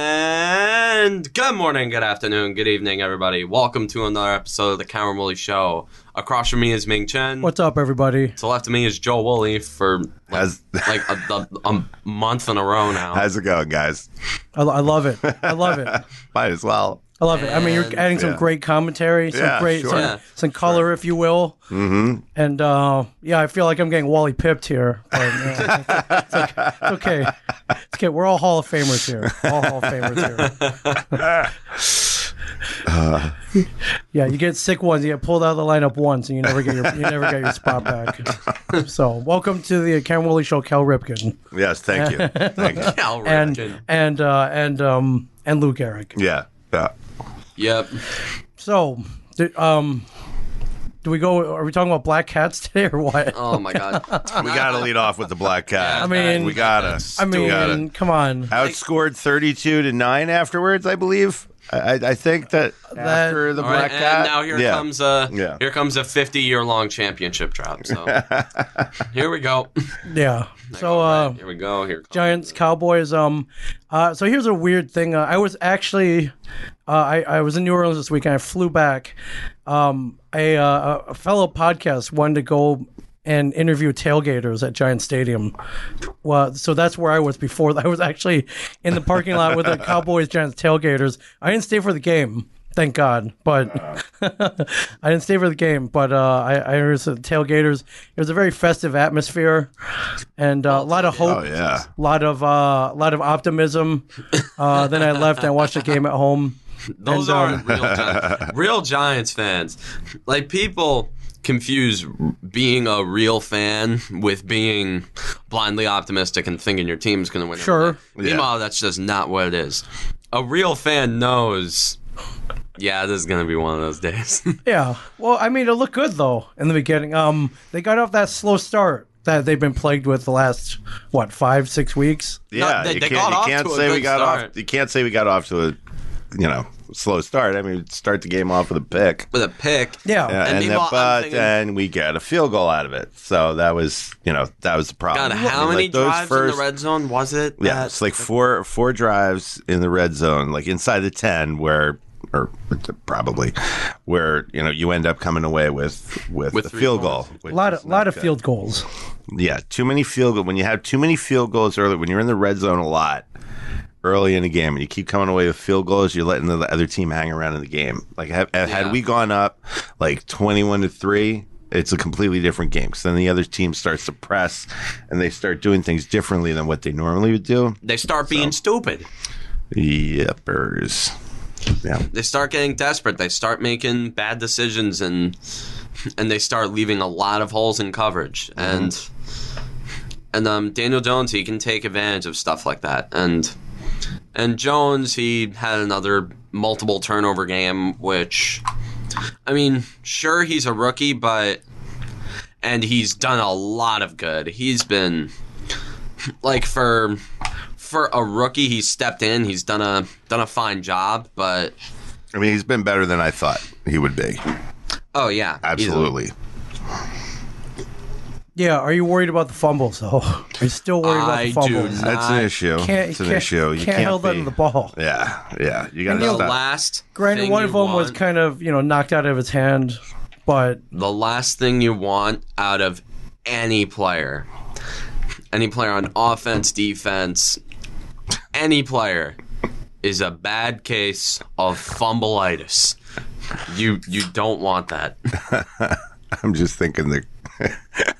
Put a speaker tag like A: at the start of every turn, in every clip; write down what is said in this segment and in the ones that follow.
A: And good morning, good afternoon, good evening, everybody. Welcome to another episode of the Cameron Woolley Show. Across from me is Ming Chen.
B: What's up, everybody?
A: To the left of me is Joe Woolley for like,
C: How's-
A: like a, a, a month in a row now.
C: How's it going, guys?
B: I, lo- I love it. I love it. I
C: Might as well.
B: love it. I mean, you're adding some
C: Yeah.
B: great commentary, some
C: Yeah,
B: great,
C: sure.
B: some,
A: Yeah.
B: some color, if you will. Mm-hmm. And uh, yeah, I feel like I'm getting Wally pipped here. But, yeah, it's, okay. It's okay. It's okay. We're all Hall of Famers here. All Hall of Famers here. yeah, you get sick once, you get pulled out of the lineup once, and you never get your you never get your spot back. so, welcome to the Ken Woolley Show, Kel Ripken.
C: Yes, thank you. Thank you.
A: Cal
B: and
A: Ripken.
B: and uh, and um and Lou Gehrig.
C: Yeah. Yeah.
A: Yep.
B: So, th- um, do we go? Are we talking about black cats today or what?
A: Oh my God.
C: We got to lead off with the black cat.
A: I
B: mean-
C: we got to.
B: I mean,
C: gotta.
B: come on.
C: outscored 32 to 9 afterwards, I believe. I, I I think that, after the
A: All right,
C: black cat.
A: and now here
C: yeah.
A: comes a
C: Yeah.
A: here comes a 50 year long championship drought. So here we go.
B: Yeah. So,
C: Oh.
B: uh,
A: Here we go. Here comes-
B: Giants Cowboys. Um, uh, so here's a weird thing. Uh, I was actually, uh, I I was in New Orleans this weekend. I flew back. Um, a uh, a fellow podcast wanted to go and interview tailgaters at Giant Stadium. Well, so that's where I was before. I was actually in the parking lot with the Cowboys Giants tailgaters. I didn't stay for the game. Thank God, but
C: Uh-huh.
B: I didn't stay for the game. But uh, I, I heard the tailgaters. It was a very festive atmosphere, and uh, a lot of hope
C: Oh, yeah.
B: lot of uh, lot of optimism. Uh, then I left. and I watched the game at home.
A: Those
B: And,
C: um,
A: aren't real Giants. real Giants fans. Like people confuse being a real fan with being blindly optimistic and thinking your team's going to win. every
B: Sure.
A: day. Meanwhile, that's just not what it is. A real fan knows. Yeah, this is going to be one of those days.
B: Yeah. Well, I mean, it looked good though in the beginning. Um, they got off that slow start that they've been plagued with the last what five six weeks.
C: Yeah,
A: they-
C: you
A: they
C: can't,
A: got off
C: you can't
A: to a
C: say we
A: good
C: got
A: start.
C: off. You can't say we got off to a, you know, slow start. I mean, start the game off with a pick.
A: with a pick.
B: Yeah.
C: Yeah,
A: Um, And
C: and, then-
A: meanwhile, I'm
C: but
A: thinking-
C: then we get a field goal out of it. So that was, you know, that was the problem.
A: God,
C: I
A: how
C: mean,
A: many
C: like, those
A: drives in
C: first-
A: the red zone was it?
C: Yeah,
A: that-
C: it's like four four drives in the red zone, like inside the ten, where or probably where you know you end up coming away with with,
A: With
C: the
A: three
C: field
A: points.
C: goal. which
B: A lot
C: is
B: of lot
C: not
B: of
C: good.
B: field goals.
C: Yeah, too many field goal. When you have too many field goals early, when you're in the red zone a lot early in the game, and you keep coming away with field goals, you're letting the other team hang around in the game. Like have,
A: Yeah.
C: had we gone up like twenty one to three. It's a completely different game because then the other team starts to press and they start doing things differently than what they normally would do.
A: they start being stupid.
C: Yippers. Yeah.
A: They start getting desperate. They start making bad decisions and and they start leaving a lot of holes in coverage. And and um, Daniel Jones, he can take advantage of stuff like that. And and Jones, he had another multiple turnover game, which I mean, sure he's a rookie, but and he's done a lot of good. He's been like for for a rookie, he stepped in. He's done a done a fine job, but
C: I mean, he's been better than I thought he would be.
A: oh yeah,
C: Absolutely.
B: Yeah. Are you worried about the fumbles though? Are you still worried about
A: I
B: the
A: do
B: fumbles?
A: not.
C: That's an issue.
B: Can't,
C: it's an
B: can't,
C: issue. You
B: can't,
C: can't,
B: hold on
C: be-
B: to the ball.
C: Yeah. Yeah. You got
B: And
C: to
A: The
B: you-
C: stop.
A: last
B: Granted,
A: thing
B: one
A: you
B: of them was
A: want-
B: kind of you know knocked out of his hand, but
A: the last thing you want out of any player, any player on offense, defense, any player, is a bad case of fumbleitis. You you don't want that.
C: I'm just thinking that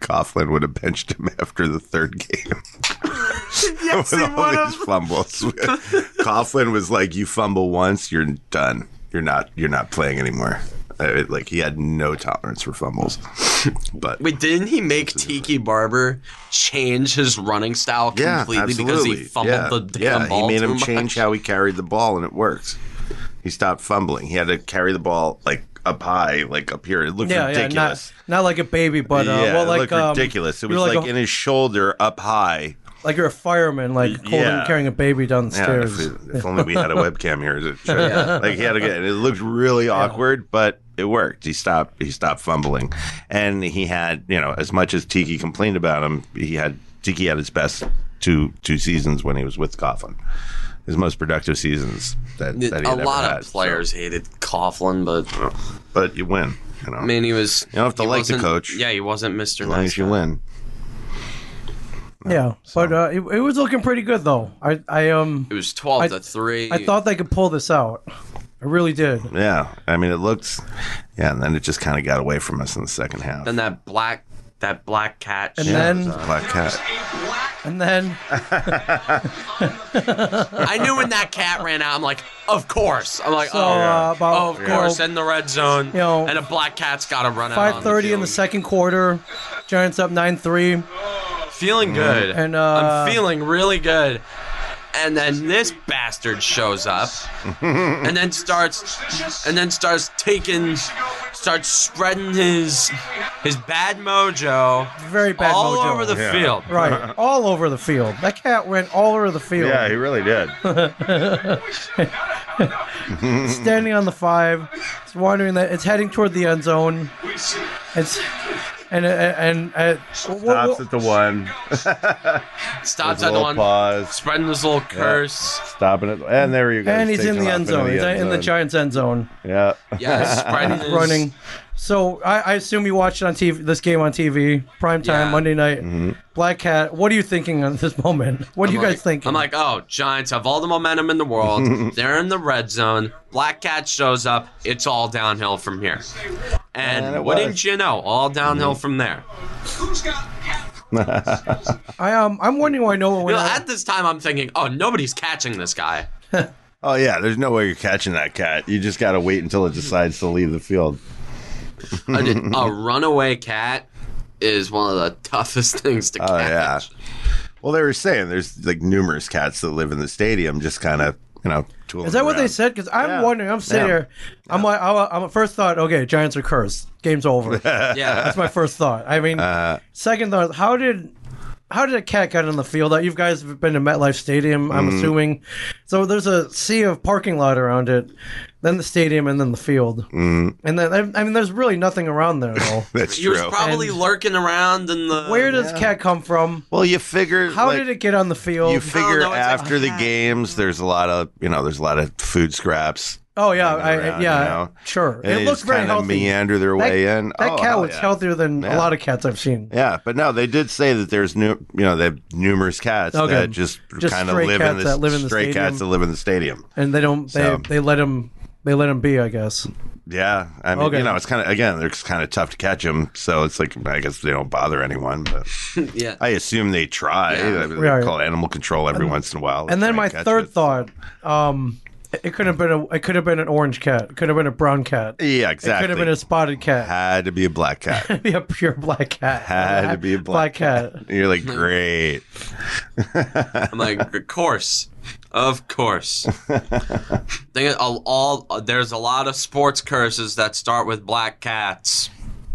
C: Coughlin would have benched him after the third game. yes, With all these fumbles. Coughlin was like, "You fumble once, you're done. You're not. You're not playing anymore." Uh, like he had no tolerance for fumbles. But
A: Wait, didn't he make Tiki Barber change his running style completely because he fumbled
C: yeah.
A: the damn
C: yeah,
A: ball
C: He made
A: too
C: him
A: much?
C: change how he carried the ball, and it works. He stopped fumbling. He had to carry the ball like up high, like up here. It looked
B: yeah, yeah,
C: ridiculous.
B: not not like a baby, but uh,
C: yeah,
B: well,
C: it
B: like
C: looked
B: um,
C: ridiculous. It
B: you're
C: was like,
B: a-
C: in his shoulder up high.
B: like you're a fireman, like holding,
C: yeah.
B: carrying a baby down the
C: Yeah,
B: stairs.
C: if, we- if only we had a webcam here. to show you. Like he had to get. It looked really awkward, but it worked. He stopped. He stopped fumbling, and he had you know as much as Tiki complained about him, he had Tiki had his best two two seasons when he was with Coughlin. His most productive seasons that, that he
A: a
C: had
A: lot
C: ever
A: of
C: had. So-
A: players hated Coughlin, but
C: but you win. You know,
A: I mean, he was.
C: You don't have to
A: he
C: like the
A: wasn't-
C: coach.
A: Yeah, he wasn't Mr.
C: as long
A: Nice.
C: as you
A: Guy.
C: win.
B: yeah, but uh, it, it was looking pretty good though. I I um
A: It was 12
B: I-
A: to 3.
B: I thought they could pull this out. I really did.
C: Yeah, I mean, it looked. Yeah, and then it just kind of got away from us in the second half.
A: Then that black that black cat.
B: And
A: shit
B: then-
A: was, uh,
C: Black cat.
B: And then
A: I knew when that cat ran out. I'm like, of course. I'm like,
B: So,
A: oh,
B: uh, about-
A: oh, of
B: you
A: course.
B: know,
A: in the red zone,
B: you know,
A: and a black cat's got to run out. on
B: five thirty in the
A: field.
B: second quarter, Giants up nine three.
C: Mm-hmm.
A: Feeling good.
B: And, uh,
A: I'm feeling really good. And then this bastard shows up and then starts and then starts taking starts spreading his his bad mojo
B: Very bad
A: all
B: mojo.
A: over the
C: Yeah.
A: field.
B: Right, all over the field. That cat went all over the field.
C: Yeah, he really did.
B: standing on the five. It's wandering that it's heading toward the end zone. It's and and, uh, and, and
C: Stops at the one.
A: Stops at
C: little
A: the one
C: pause.
A: spreading this little curse.
C: Stopping it, and there you go.
B: and he's
C: Takes
B: in
C: him
B: the
C: up
B: end zone. He's in the
C: zone.
B: Giants' end zone,
C: Yeah.
A: Yeah, spreading his,
B: running. So I, I assume you watched it on TV. This game on TV, prime time,
A: Yeah.
B: Monday night.
C: Mm-hmm.
B: Black Cat. What are you thinking at this moment? What are you
A: I'm
B: guys
A: like-
B: thinking?
A: I'm like, oh, Giants have all the momentum in the world. They're in the red zone. Black Cat shows up. It's all downhill from here. And,
C: And it
A: wouldn't
C: was. Mm-hmm.
A: you know, all downhill from there.
B: I um, I'm wondering why no one
A: You
B: went.
A: know,
B: out-
A: at this time, I'm thinking, oh, nobody's catching this guy.
C: Oh yeah. There's no way you're catching that cat. You just got to wait until it decides to leave the field.
A: A, a runaway cat is one of the toughest things to catch.
C: Oh yeah. Well, they were saying there's like numerous cats that live in the stadium, just kind of you know.
B: Is that what they said? Because I'm
C: Yeah.
B: wondering. I'm sitting
C: Yeah.
B: here. I'm like, I'm, I'm at first thought. Okay, Giants are cursed. Game's over.
A: Yeah.
B: That's my first thought. I mean,
C: Uh,
B: second thought, how did how did a cat get on the field? Uh, You guys have been to MetLife Stadium, I'm
C: Mm.
B: assuming. So there's a sea of parking lot around it, then the stadium, and then the field. Mm. And then I I mean, there's really nothing around there. Though.
C: That's
A: he was
C: true.
A: probably
B: And-
A: lurking around in the.
B: Where does cat come from?
C: well, you figure.
B: How
C: Oh, like,
B: did it get on the field?
C: You figure
A: no, it's like-
C: after the games, there's a lot of you know, there's a lot of food scraps.
B: oh yeah, I,
C: around,
B: yeah,
C: you know?
B: sure. it
C: And they
B: looks
C: just
B: very
C: kinda
B: healthy.
C: Meander their
B: that
C: way in.
B: that
C: Oh,
B: cat
C: hell
B: was
C: yeah.
B: healthier than a
C: Yeah.
B: lot of cats I've seen.
C: Yeah, but no, they did say that there's new, you know, they have numerous cats
B: Okay.
C: that just,
B: Just
C: kind of
B: stray
C: live
B: cats
C: in this
B: that live in the
C: stray
B: stadium.
C: cats that live in the stadium.
B: And they don't. They
C: So-
B: they let him. They let him be. I guess.
C: Yeah, I mean,
B: Okay.
C: you know, it's kind of again, they're kind of tough to catch them, so it's like I guess they don't bother anyone, but
A: Yeah.
C: I assume they try.
A: Yeah.
C: I mean,
B: Right.
C: they call animal control every once in a while. to
B: And then
C: try
B: my
C: catch
B: third
C: it.
B: thought, um, it- it could have been a, it could have been an orange cat, it could have been a brown cat,
C: yeah,
B: it
C: exactly,
B: could have been a spotted cat,
C: had to be a black cat.
B: be a pure black cat,
C: Had to be a black
B: cat.
C: You're like, great.
A: I'm like, of course, of course. Think all, all there's a lot of sports curses that start with black cats,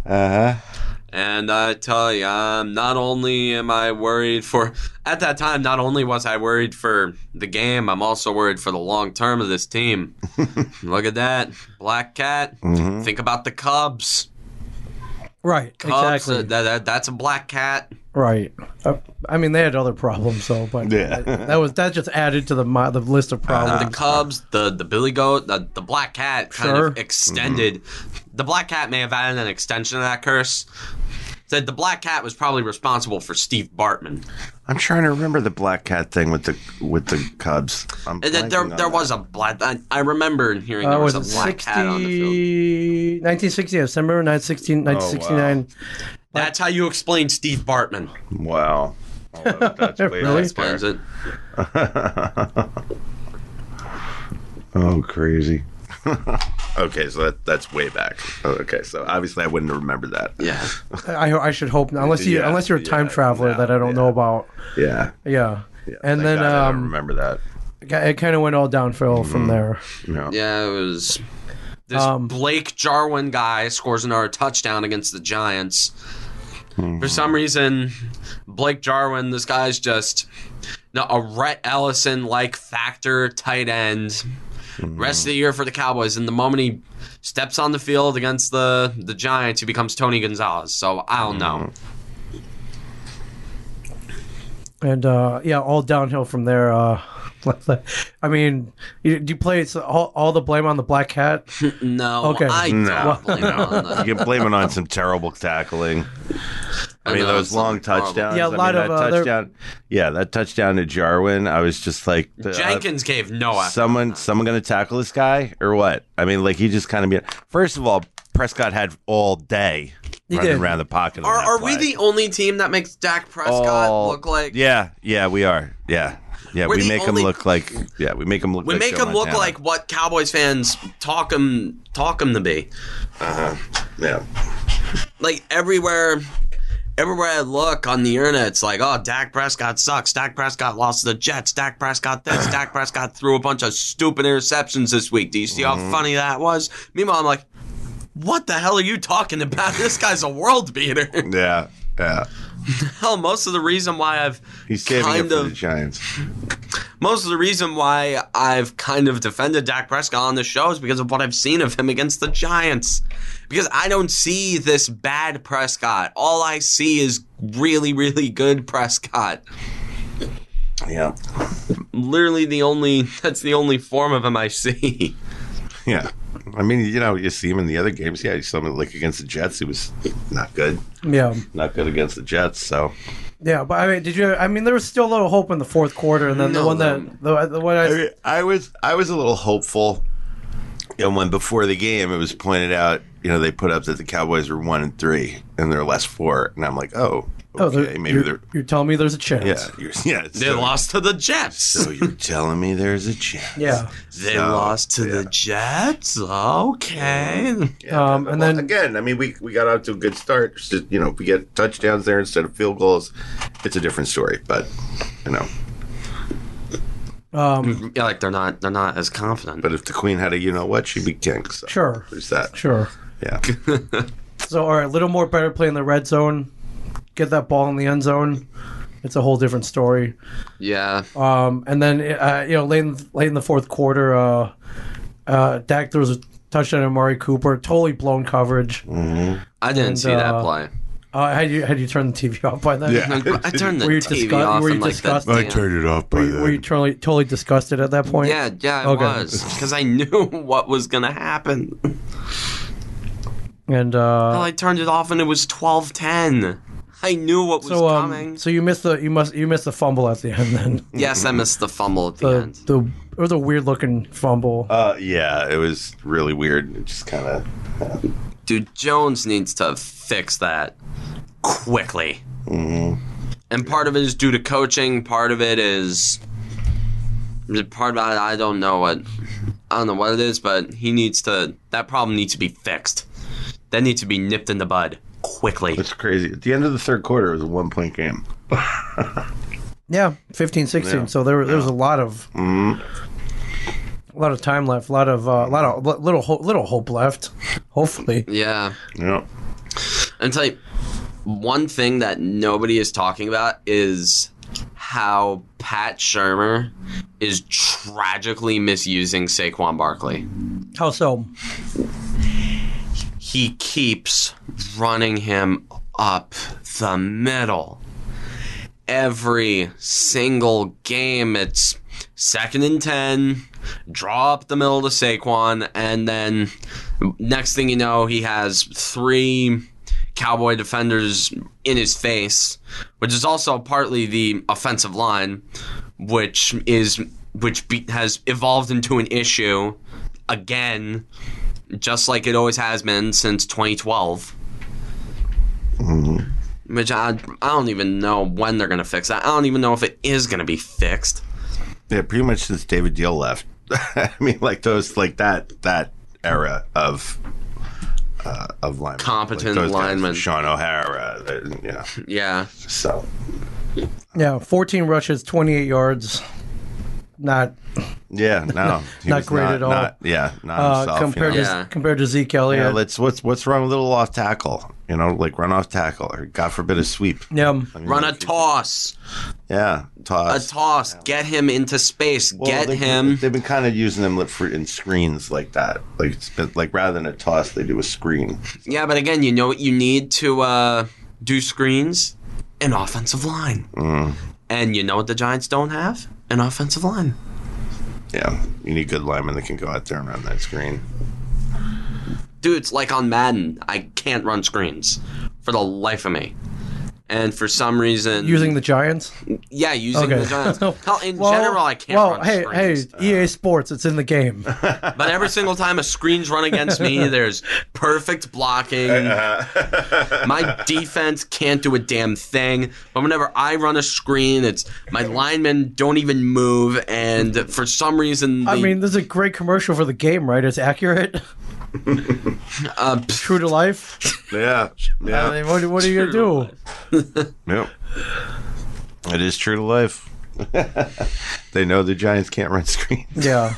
C: Uh huh.
A: and I tell you, I'm not only am I worried for at that time, not only was I worried for the game, I'm also worried for the long term of this team. Look at that black cat. Think about the Cubs.
B: Right,
A: Cubs,
B: exactly.
A: uh, that, that, that's a black cat.
B: right. Uh, I mean, they had other problems, so but
C: Yeah.
B: that was that just added to the mo- the list
A: Uh,
B: of
A: the
B: problems.
A: Cubs, the the Billy Goat, the, the Black Cat kind
B: Sure.
A: of
B: Mm-hmm.
A: extended. The Black Cat may have added an extension to that curse. Said the Black Cat was probably responsible for Steve Bartman.
C: I'm trying to remember the black cat thing with the with the Cubs. I'm
A: And then
C: blanking
A: there
C: on
A: there
C: that.
A: was a black. I, I remember hearing
B: Uh,
A: there was,
B: was it
A: a Black Cat on the field.
B: 60, 1960, December
C: Oh,
B: 1960, 1969.
A: That's how you explain Steve Bartman.
C: wow. Oh, that's way
B: Really?
C: back there.
A: Explains it.
C: Oh, crazy. okay, so that that's way back. Oh, okay, so obviously I wouldn't remember that.
A: Yeah.
B: I, I should hope not, unless you
C: Yeah,
B: unless you're a
C: yeah,
B: time traveler
C: no,
B: that I don't
C: yeah.
B: know about.
C: Yeah.
B: Yeah.
C: yeah.
B: And
C: Thank
B: then
C: God I don't
B: um,
C: remember that.
B: it kind of went all downhill from there.
C: No.
A: Yeah, it was. This
B: Um,
A: Blake Jarwin guy scores another touchdown against the Giants.
C: Mm-hmm.
A: For some reason, Blake Jarwin, this guy's just no, a Rhett Ellison like factor tight end.
C: Mm-hmm.
A: Rest of the year for the Cowboys, and the moment he steps on the field against the the Giants, he becomes Tony Gonzalez. So I don't know.
B: and uh, yeah, all downhill from there. Uh, I mean, you, do you play it's all, all the blame on the black cat?
A: No,
B: Okay.
A: I
C: Mm-hmm.
A: don't
C: No.
A: blame it on the-
C: You can blame it on some terrible tackling. I
A: I
C: mean,
A: know,
C: those
A: it's
C: long
A: like horrible.
C: touchdowns.
B: Yeah, a
C: I mean,
B: lot of,
C: that
B: uh, they're-
C: touchdown. Yeah, that touchdown to Jarwin. I was just like, uh,
A: Jenkins gave no effort.
C: someone, someone going to tackle this guy or what? I mean, like he just kind of. Be, first of all, Prescott had all day
B: He
C: running
B: did.
C: around the pocket. on
A: Are,
C: that
A: are we
C: play.
A: the only team that makes Dak Prescott
C: All-
A: look like?
C: Oh, Yeah, yeah, we are. Yeah, yeah,
A: We're
C: we
A: the
C: make
A: only-
C: him look like. Yeah, we make him look.
A: We
C: like
A: make
C: Joe
A: him look
C: Montana.
A: like what Cowboys fans talk him talk him to be.
C: Yeah.
A: Like everywhere, everywhere I look on the internet, it's like, oh, Dak Prescott sucks. Dak Prescott lost to the Jets. Dak Prescott this. Dak Prescott threw a bunch of stupid interceptions this week. Do you see
C: Mm-hmm.
A: how funny that was? Meanwhile, I'm like, what the hell are you talking about? This guy's a world beater.
C: Yeah. Yeah.
A: hell, most of the reason why I've
C: He's saving
A: kind
C: it for
A: of
C: the Giants.
A: most of the reason why I've kind of defended Dak Prescott on the show is because of what I've seen of him against the Giants. Because I don't see this bad Prescott. All I see is really, really good Prescott.
C: Yeah.
A: Literally the only that's the only form of him I see.
C: Yeah. I mean, you know, you see him in the other games. Yeah, you saw him like against the Jets. He was not good.
B: Yeah,
C: Not good against the Jets. So
B: yeah. But I mean, did you? I mean, there was still a little hope in the fourth quarter, and then the
A: No,
B: one
A: no.
B: that the, the one I,
C: I, mean, I was I was a little hopeful. And when before the game, it was pointed out, you know, they put up that the Cowboys were one and three in their last four, and I'm like, oh,
B: oh,
C: okay,
B: there-
C: maybe
B: you're,
C: they're
B: you're telling me there's a chance.
C: yeah, you're, yeah.
A: They
C: so,
A: lost to the Jets.
C: so you're telling me there's a chance?
B: Yeah.
A: They
C: so,
A: lost to the Jets. Okay.
C: Yeah,
B: Um, and
C: well,
B: then-
C: again, I mean, we we got out to a good start. It's just, you know, if we get touchdowns there instead of field goals, it's a different story. But you know,
B: Um,
A: Yeah, like they're not they're not as confident.
C: but if the queen had a, you know what, she'd be king. So
B: sure,
C: There's that.
B: sure.
C: Yeah.
B: So, all right, little more better play in the red zone. Get that ball in the end zone. It's a whole different story.
A: Yeah.
B: Um, and then uh, you know, late in, late in the fourth quarter, uh, uh, Dak throws a touchdown to Amari Cooper, totally blown coverage. Uh,
A: I didn't see that
B: uh,
A: play.
B: had you had you turned the TV off by then?
C: Yeah.
A: Like, I turned the
B: Were you
A: TV
B: disgust-
A: off.
B: were you
A: I'm like, that
B: disgusted? I
A: damn-
C: it off by
B: Were you, were you totally totally disgusted at that point?
A: Yeah, yeah, I
B: Okay.
A: was because I knew what was gonna happen.
B: And
A: Well,
B: uh,
A: I turned it off and it was twelve ten. I knew what Oh, was
B: so um,
A: coming.
B: so you missed the you must you missed the fumble at the end. Then
A: yes, I missed the fumble at the,
B: the
A: end.
B: the it was a weird looking fumble.
C: Uh, yeah, it was really weird. It just kind of.
A: Dude, Jones needs to fix that quickly. And part of it is due to coaching. Part of it is part of it. I don't know what I don't know what it is, but he needs to. That problem needs to be fixed. That needs to be nipped in the bud quickly.
C: It's crazy. At the end of the third quarter, it was a one point game.
B: Yeah, 15, 16.
C: Yeah. Mm-hmm.
B: So there, were- there was a lot of, a lot of time left. A lot of, uh, a lot of li- little, ho- little hope left. Hopefully,
A: Yeah.
C: Yeah.
A: And tell you, one thing that nobody is talking about is how Pat Shermer is tragically misusing Saquon Barkley.
B: how so?
A: He keeps running him up the middle. Every single game, it's second and 10, draw up the middle to Saquon, and then next thing you know, he has three Cowboy defenders in his face, which is also partly the offensive line, which is which be, has evolved into an issue again, just like it always has been since 2012.
C: Mm-hmm.
A: Which I, I don't even know when they're gonna fix that. I don't even know if it is gonna be fixed.
C: Yeah, pretty much since David Deal left. I mean, like those, like that, that era of. Uh, of linemen.
A: Competent
C: those guys,
A: linemen.
C: Sean O'Hara, uh, you know,
A: Yeah,
C: so
B: Yeah, fourteen rushes, twenty-eight yards. Not
C: yeah, no, he
B: Not
C: was
B: great at all.
C: not- yeah, not
B: uh,
C: himself.
B: compared
C: you know.
B: to
A: Yeah.
B: compared to Zeke Elliott.
C: yeah, let's what's what's wrong with a little off tackle, you know, like run off tackle or God forbid a sweep.
B: Yeah. um,
A: run a toss,
C: Yeah,
A: a
C: toss.
A: toss, get him into space,
C: Well,
A: get
C: they-
A: him.
C: They've been kind of using them for in screens like that. Like it's been like rather than a toss, they do a screen.
A: Yeah, but again, you
C: Mm.
A: know what you need to uh, do screens? An offensive line. And you know what the Giants don't have? An offensive line.
C: Yeah, you need good linemen that can go out there and run that screen.
A: Dude, it's like on Madden. I can't run screens for the life of me. And for some reason,
B: Using the Giants.
A: yeah, using
B: Okay.
A: the Giants. Hell, in
B: Well-
A: general, I can't
B: Well,
A: run
B: hey,
A: screens.
B: hey, EA Sports, it's in the game.
A: But every single time a screen's run against me, there's perfect blocking. my defense can't do a damn thing. But whenever I run a screen, it's my linemen don't even move, and for some reason, the,
B: I mean, this is a great commercial for the game, right? It's accurate,
A: uh, pff,
B: true to life.
C: Yeah, yeah,
B: I mean, what, what are you gonna do?
C: yep. It is true to life. they know the Giants can't run screens.
B: Yeah.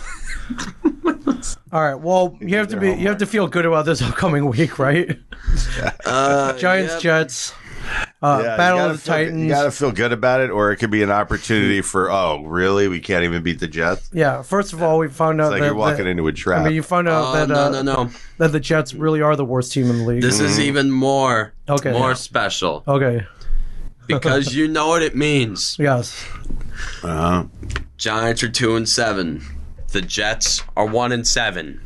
B: All right. Well, you have to
C: their
B: be you have to feel good about this upcoming week, right?
A: uh,
B: Giants,
A: yeah.
B: Jets, uh,
C: Yeah, you
B: Battle
C: gotta
B: of the
C: feel-
B: Titans.
C: You got to feel good about it, or it could be an opportunity for oh, really? We can't even beat the Jets.
B: yeah. First of all, we found out
C: Like
B: that,
C: you're walking
B: that-
C: into a trap.
B: I mean, you found out
A: Oh,
B: that uh,
A: no, no, no.
B: that the Jets really are the worst team in the league.
A: This is even more,
B: Okay.
A: more
B: Yeah.
A: special
B: okay.
A: because you know what it means.
B: Yes.
C: uh-huh.
A: Giants are two and seven. The Jets are one and seven.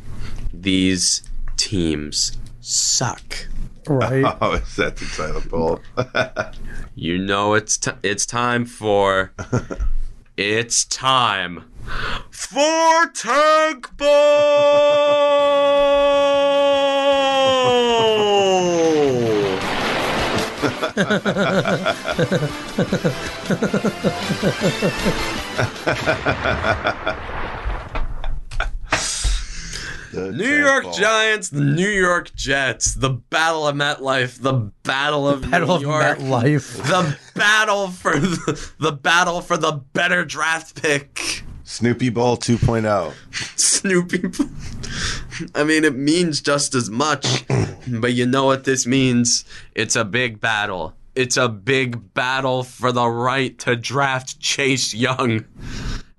A: These teams suck.
B: Right.
C: Oh, is that the title poll?
A: You know it's t- it's time for it's time for tank ball. New York Giants, the New York Jets, the Battle of MetLife, the Battle of
B: Battle
A: New
B: of
A: York,
B: MetLife.
A: the battle for the, the battle for the better draft pick.
C: Snoopy Bowl oh. 2.0.
A: Snoopy. I mean, it means just as much, but you know what this means? It's a big battle. It's a big battle for the right to draft Chase Young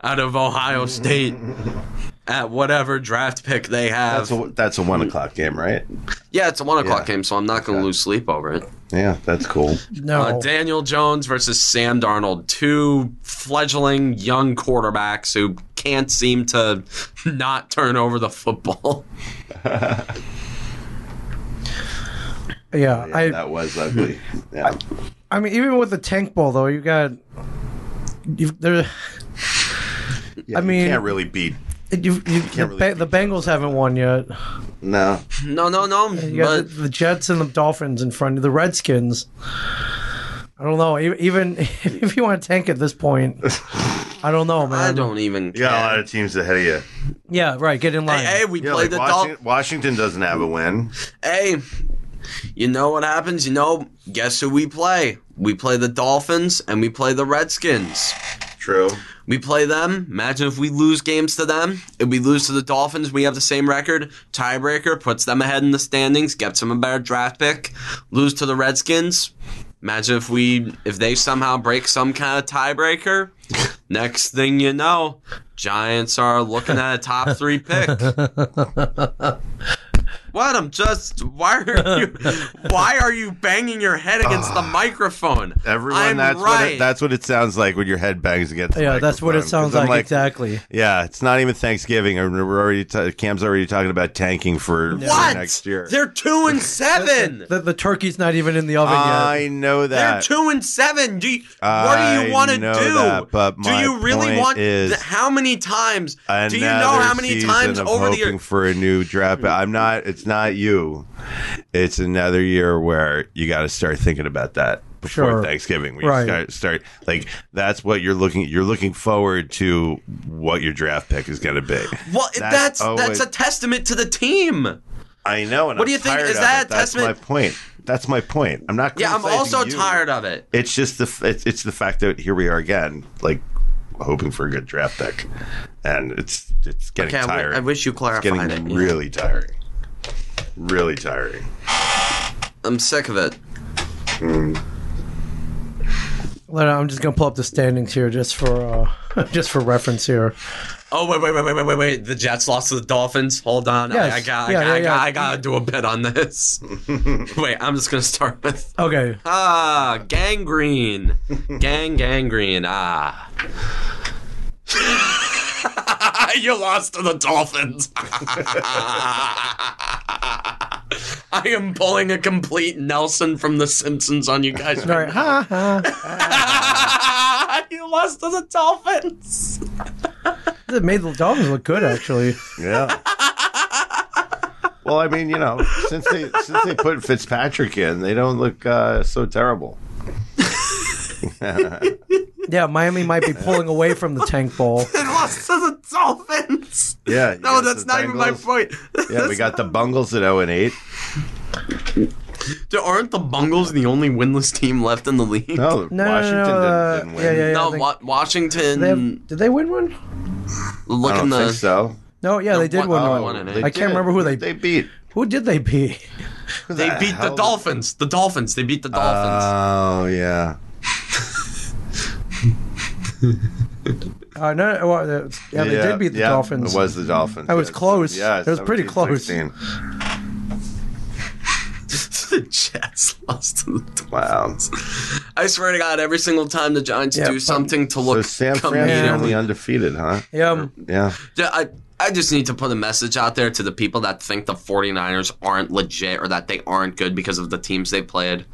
A: out of Ohio State at whatever draft pick they have.
C: That's a, that's a one o'clock game, right?
A: yeah, it's a one o'clock
C: Yeah.
A: game, so I'm not going to lose sleep over it.
C: Yeah, that's cool.
B: No.
A: Uh, Daniel Jones versus Sam Darnold, two fledgling young quarterbacks who can't seem to not turn over the football.
B: yeah.
C: Yeah,
B: I.
C: that was ugly. Yeah.
B: I mean, even with the tank ball though, you got. You've, there,
C: Yeah,
B: I mean-
C: you can't really beat.
B: you've, you've, the,
C: really
B: Ba- the Bengals haven't won yet.
C: No,
A: No, no, no.
B: You got
A: But
B: the, the Jets and the Dolphins in front of the Redskins. I don't know. e- Even if you want to tank at this point, I don't know, man.
A: I don't even
C: you got a lot
A: care.
C: of teams ahead of you.
B: Yeah, right. Get in line.
A: Hey, hey, we
C: Yeah,
A: played
C: like
A: the
C: Washington,
A: Dolphins.
C: Washington doesn't have a win.
A: Hey, you know what happens? You know, guess who we play? We play the Dolphins and we play the Redskins.
C: True.
A: We play them. Imagine if we lose games to them. If we lose to the Dolphins, we have the same record. Tiebreaker puts them ahead in the standings, gets them a better draft pick. Lose to the Redskins. Imagine if we if they somehow break some kind of tiebreaker. Next thing you know, Giants are looking at a top three pick. What? I'm just. Why are you? Why are you banging your head against the microphone?
C: Ah. Everyone,
A: I'm
C: that's what
A: right.
C: it, that's what it sounds like when your head bangs against. the
B: yeah, that's what it
C: microphone. 'Cause
B: sounds
C: I'm
B: like, exactly.
C: Yeah, it's not even Thanksgiving, and we're already ta Cam's already talking about tanking for, for
A: what
C: next year.
A: They're two and seven.
B: The, the turkey's not even in the oven yet.
C: I know
A: They're
C: that.
A: two and seven. Do you, what do
C: I
A: you want to do?
C: know that, but
A: do
C: my
A: you really
C: point
A: want?
C: is
A: th- how many times? Do you know
C: Another
A: how many
C: season
A: times
C: of
A: over the
C: hoping
A: year?
C: for a new draft? I'm not. It's not you. It's another year where you got to start thinking about that before
B: Sure.
C: Thanksgiving. We
B: Right.
C: start, start like that's what you're looking. You're looking forward to what your draft pick is going to be.
A: Well,
C: That's
A: that's that's,
C: always-
A: a testament to the team.
C: I know. And
A: What
C: I'm
A: do you think?
C: tired
A: Is
C: of
A: that
C: it.
A: a
C: That's my
A: testament-
C: point. That's my point. I'm not.
A: Yeah, I'm
C: criticizing
A: also
C: you.
A: tired of it.
C: It's just the f- it's, it's the fact that here we are again, like hoping for a good draft pick, and it's it's getting
A: Okay, I wi-
C: tired.
A: I wish you
C: It's getting
A: clarified it. yeah.
C: really tiring. Really tiring.
A: I'm sick of it.
B: Let- I'm just gonna pull up the standings here just for uh, just for reference here.
A: Oh wait, wait, wait, wait, wait, wait, wait! The Jets lost to the Dolphins. Hold on,
B: Yes.
A: I, I got, I,
B: Yeah,
A: got, I,
B: yeah,
A: got
B: yeah.
A: I gotta do a bet on this. wait, I'm just gonna start with
B: Okay,
A: ah, gangrene, gang, gangrene. Ah, you lost to the Dolphins. I am pulling a complete Nelson from The Simpsons on you guys.
B: all right, ha ha.
A: you lost to the Dolphins.
B: It made the Dolphins look good, actually.
C: Yeah. well, I mean, you know, since they since they put Fitzpatrick in, they don't look uh, so terrible.
B: Yeah, Miami might be pulling away from the tank bowl.
A: They lost to the Dolphins.
C: Yeah. you
A: No,
C: got
A: that's
C: the
A: not even my
C: Bengals.
A: point.
C: Yeah, we got the Bungles at 0 and 8.
A: There aren't the Bungles the only winless team left in the league?
C: No,
B: No,
C: Washington
B: no, no, no,
C: didn't, didn't win.
B: yeah, yeah, yeah.
A: No,
B: I think-
A: Wa- Washington.
B: they have, did they win one?
A: look
C: I don't
A: in the.
C: think so.
B: No, yeah, they did
A: one-
B: win
A: oh,
B: one.
A: one and eight.
B: I can't remember who they-
C: they beat.
B: Who did they beat?
C: Who
A: They beat the
C: hell-
A: Dolphins. The Dolphins. They beat the Dolphins.
C: Oh yeah.
B: Uh, no, no, well, uh, yeah, they did beat the
C: yeah,
B: Dolphins.
C: It was the Dolphins.
B: That was
C: yes.
B: close.
C: Yeah,
B: That was pretty close.
C: 17, 16.
A: the Jets lost to the Dolphins.
C: Wow.
A: I swear to God, every single time the Giants
B: Yeah,
A: do
B: but-
A: something to
C: So
A: look
C: San Fran's the
A: comedic.
C: only undefeated, huh?
B: Yeah, um,
C: Yeah.
A: Yeah, I, I just need to put a message out there to the people that think the 49ers aren't legit or that they aren't good because of the teams they played.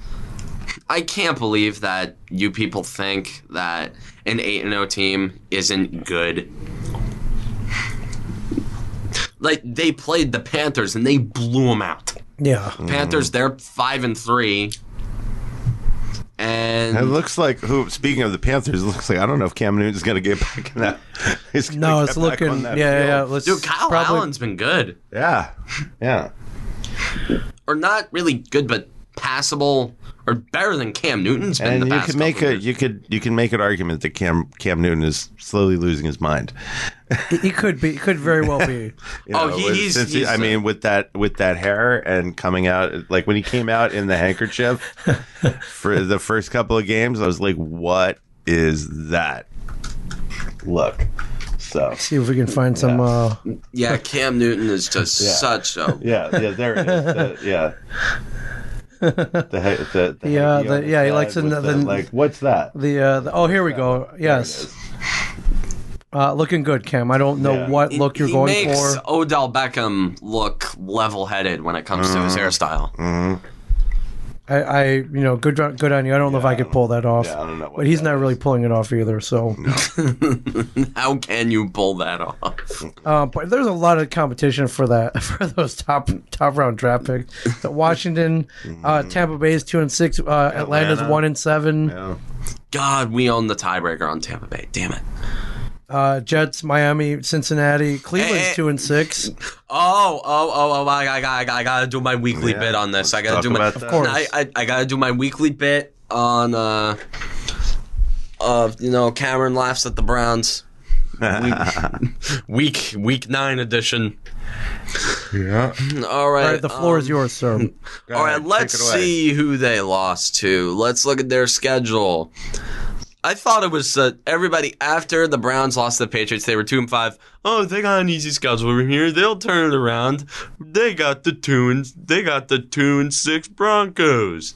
A: I can't believe that you people think that an 8 0 team isn't good. Like, they played the Panthers and they blew them out.
B: yeah.
C: Mm.
A: Panthers, they're 5 and 3.
C: It
A: And
C: looks like who speaking of the Panthers, it looks like I don't know if Cam Newton's gonna get back in that. he's gonna
B: No,
C: get
B: it's
C: back on
B: looking. Yeah,
C: that
B: yeah, yeah.
C: field.
B: Let's
A: dude, Kyle
B: probably-
A: Allen's been good.
C: Yeah. Yeah.
A: or not really good, but passable or better than Cam Newton's been.
C: And
A: the
C: you
A: past
C: could make
A: couple
C: a
A: years.
C: you could you can make an argument that Cam Cam Newton is slowly losing his mind.
B: He he could be. He could very well be.
C: You
A: Oh,
C: know,
A: he-
C: with-
A: he's-
C: since he-
A: he's,
C: I
A: uh,
C: mean, with that with that hair and coming out like when he came out in the handkerchief for the first couple of games, I was like, "What is that?" Look, so
B: See if we can find some. Uh,
A: yeah, Cam Newton is just such a
C: yeah, yeah, there it is. The- yeah. The, he- the, the
B: Yeah,
C: hecky on
B: the- yeah, he
C: side
B: likes
C: with
B: the- the-
C: like what's that?
B: the, uh, the oh, here we go. Yes, uh, looking good, Cam. I don't know
C: Yeah.
B: what look you're
A: he
B: going
A: makes
B: for.
A: Odell Beckham look level-headed when it comes to his
C: Mm.
A: hairstyle.
B: I, I, you know, good, on- good on you. I don't know if I could pull that off.
C: Yeah, I don't know what
B: But he's
C: that
B: not really pulling it off either. So,
A: How can you pull that off?
B: um, but there's a lot of competition for that for those top top round draft picks. So Washington, uh, Tampa Bay is two and six. Uh, Atlanta's
C: Mm-hmm. Atlanta.
B: one and seven.
C: No.
A: God, we own the tiebreaker on Tampa Bay. Damn it.
B: Uh, Jets, Miami, Cincinnati, Cleveland's
A: Eh, eh.
B: two and six.
A: Oh, oh, oh, oh! I, I, I, I gotta do my weekly
C: Yeah,
A: bit on this. I gotta
C: talk
A: do my.
C: about that. Of
B: course.
A: I, I, I gotta do my weekly bit on. uh Of you know, Cameron laughs at the Browns. Week, week, week nine edition.
C: Yeah.
A: All right,
B: All right, the floor
A: um,
B: is yours, sir.
A: All right, let's see who they lost to. Let's look at their schedule. I thought it was uh, everybody after the Browns lost to the Patriots. They were two and five. Oh, they got an easy schedule over here. They'll turn it around. They got the two and they got the two and six Broncos.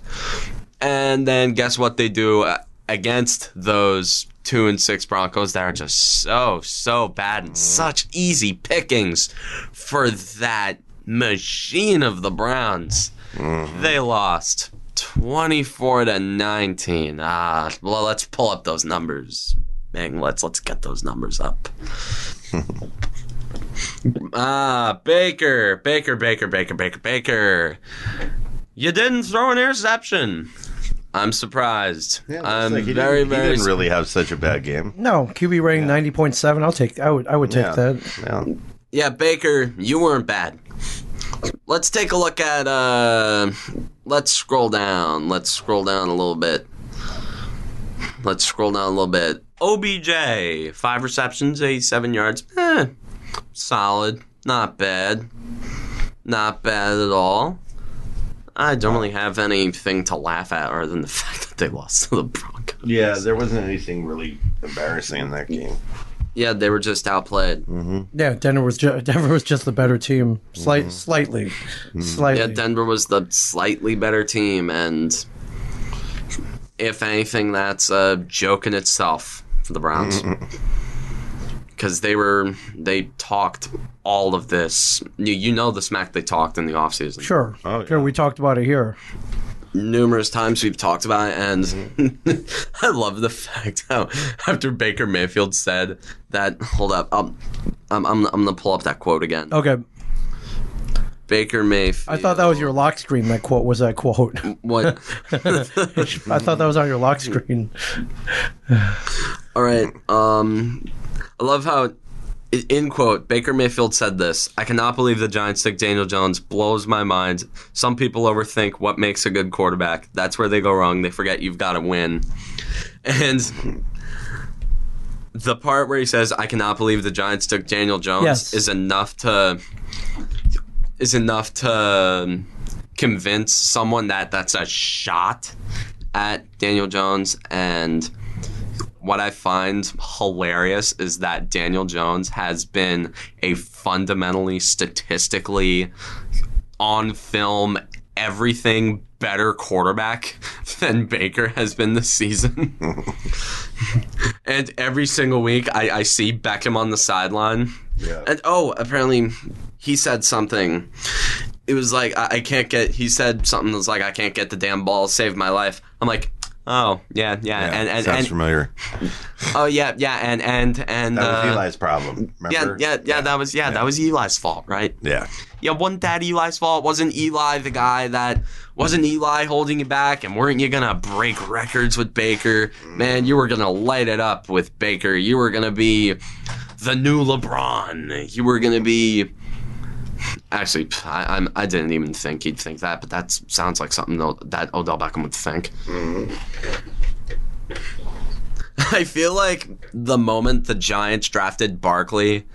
A: And then guess what they do uh, against those two and six Broncos that are just so so bad and such easy pickings for that machine of the Browns.
C: Mm-hmm.
A: They lost 24 to 19. Ah, well, let's pull up those numbers. Bang, let's let's get those numbers up. ah, Baker, Baker, Baker, Baker, Baker, Baker. You didn't throw an interception. I'm surprised. I'm very,
C: He
A: very.
C: didn't really have such a bad game.
B: No, QB rating ninety point seven. I'll take. I would. I would take
C: Yeah.
B: that.
C: Yeah.
A: Yeah, Baker, you weren't bad. Let's take a look at uh let's scroll down. Let's scroll down a little bit. Let's scroll down a little bit. OBJ, five receptions, 87 yards. Eh, solid. Not bad. Not bad at all. I don't really have anything to laugh at other than the fact that they lost to the Broncos.
C: Yeah, there wasn't anything really embarrassing in that game.
A: Yeah, they were just outplayed.
B: Yeah, Denver was ju- Denver was just the better team, slight,
C: Mm-hmm.
B: slightly, slightly.
A: Yeah, Denver was the slightly better team, and if anything, that's a joke in itself for the Browns. Because they were, they talked all of this. You, you know the smack they talked in the offseason.
B: sure,
C: Oh, yeah.
B: sure. We talked about it here.
A: numerous times we've talked about it, and
B: Mm-hmm.
A: I love the fact how after Baker Mayfield said that, hold up, um, I'm, I'm, I'm gonna pull up that quote again.
B: Okay,
A: Baker Mayfield.
B: Oh. I thought that was your lock screen. That quote was that quote.
A: what?
B: I thought that was on your lock screen.
A: All right. Um, I love how. i- In quote, Baker Mayfield said this I cannot believe the Giants took Daniel Jones. Blows my mind. Some people overthink what makes a good quarterback. That's where they go wrong. They forget you've got to win. And the part where he says, I cannot believe the Giants took Daniel Jones
B: Yes.
A: is enough to. Is enough to um, convince someone that that's a shot at Daniel Jones and what I find hilarious is that Daniel Jones has been a fundamentally statistically on film everything better quarterback than Baker has been this season. and every single week I, I see Beckham on the sideline.
C: Yeah.
A: And oh, apparently he said something. It was like I, I can't get he said something that was like I can't get the damn ball, save my life. I'm like, oh yeah, yeah.
C: Yeah,
A: and and,
C: sounds
A: and
C: familiar.
A: Oh yeah, yeah, and and and
C: That was
A: uh,
C: Eli's problem.
A: yeah,
C: Remember?
A: yeah, yeah, that was yeah, that was Eli's fault, right?
C: yeah.
A: Yeah, wasn't that Eli's fault? Wasn't Eli the guy that wasn't Eli holding you back? And weren't you gonna break records with Baker? Man, you were gonna light it up with Baker. You were gonna be the new LeBron. You were gonna be. Actually, p- I, I'm- I didn't even think he'd think that, but that sounds like something though that Odell Beckham would think. I feel like the moment the Giants drafted Barkley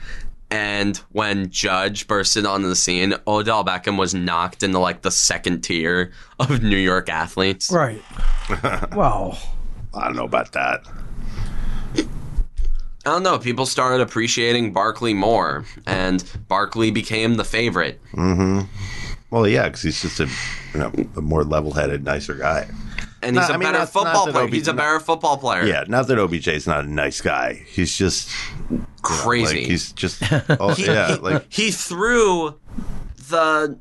A: and when Judge bursted onto the scene, Odell Beckham was knocked into like the second tier of New York athletes.
B: Right. Wow.
C: I don't know about that.
A: I don't know, people started appreciating Barkley more, and Barkley became the favorite.
C: Well, yeah, because he's just a, you know, a more level-headed, nicer guy.
A: And he's
C: No,
A: a
C: I mean,
A: better
C: not- not
A: football
C: that
A: player.
C: Ob-
A: he's a
C: not-
A: better football player.
C: Yeah, not that OBJ's not a nice guy. He's just
A: Crazy.
C: like he's just oh,
A: He-
C: yeah,
A: he-
C: like
A: he threw the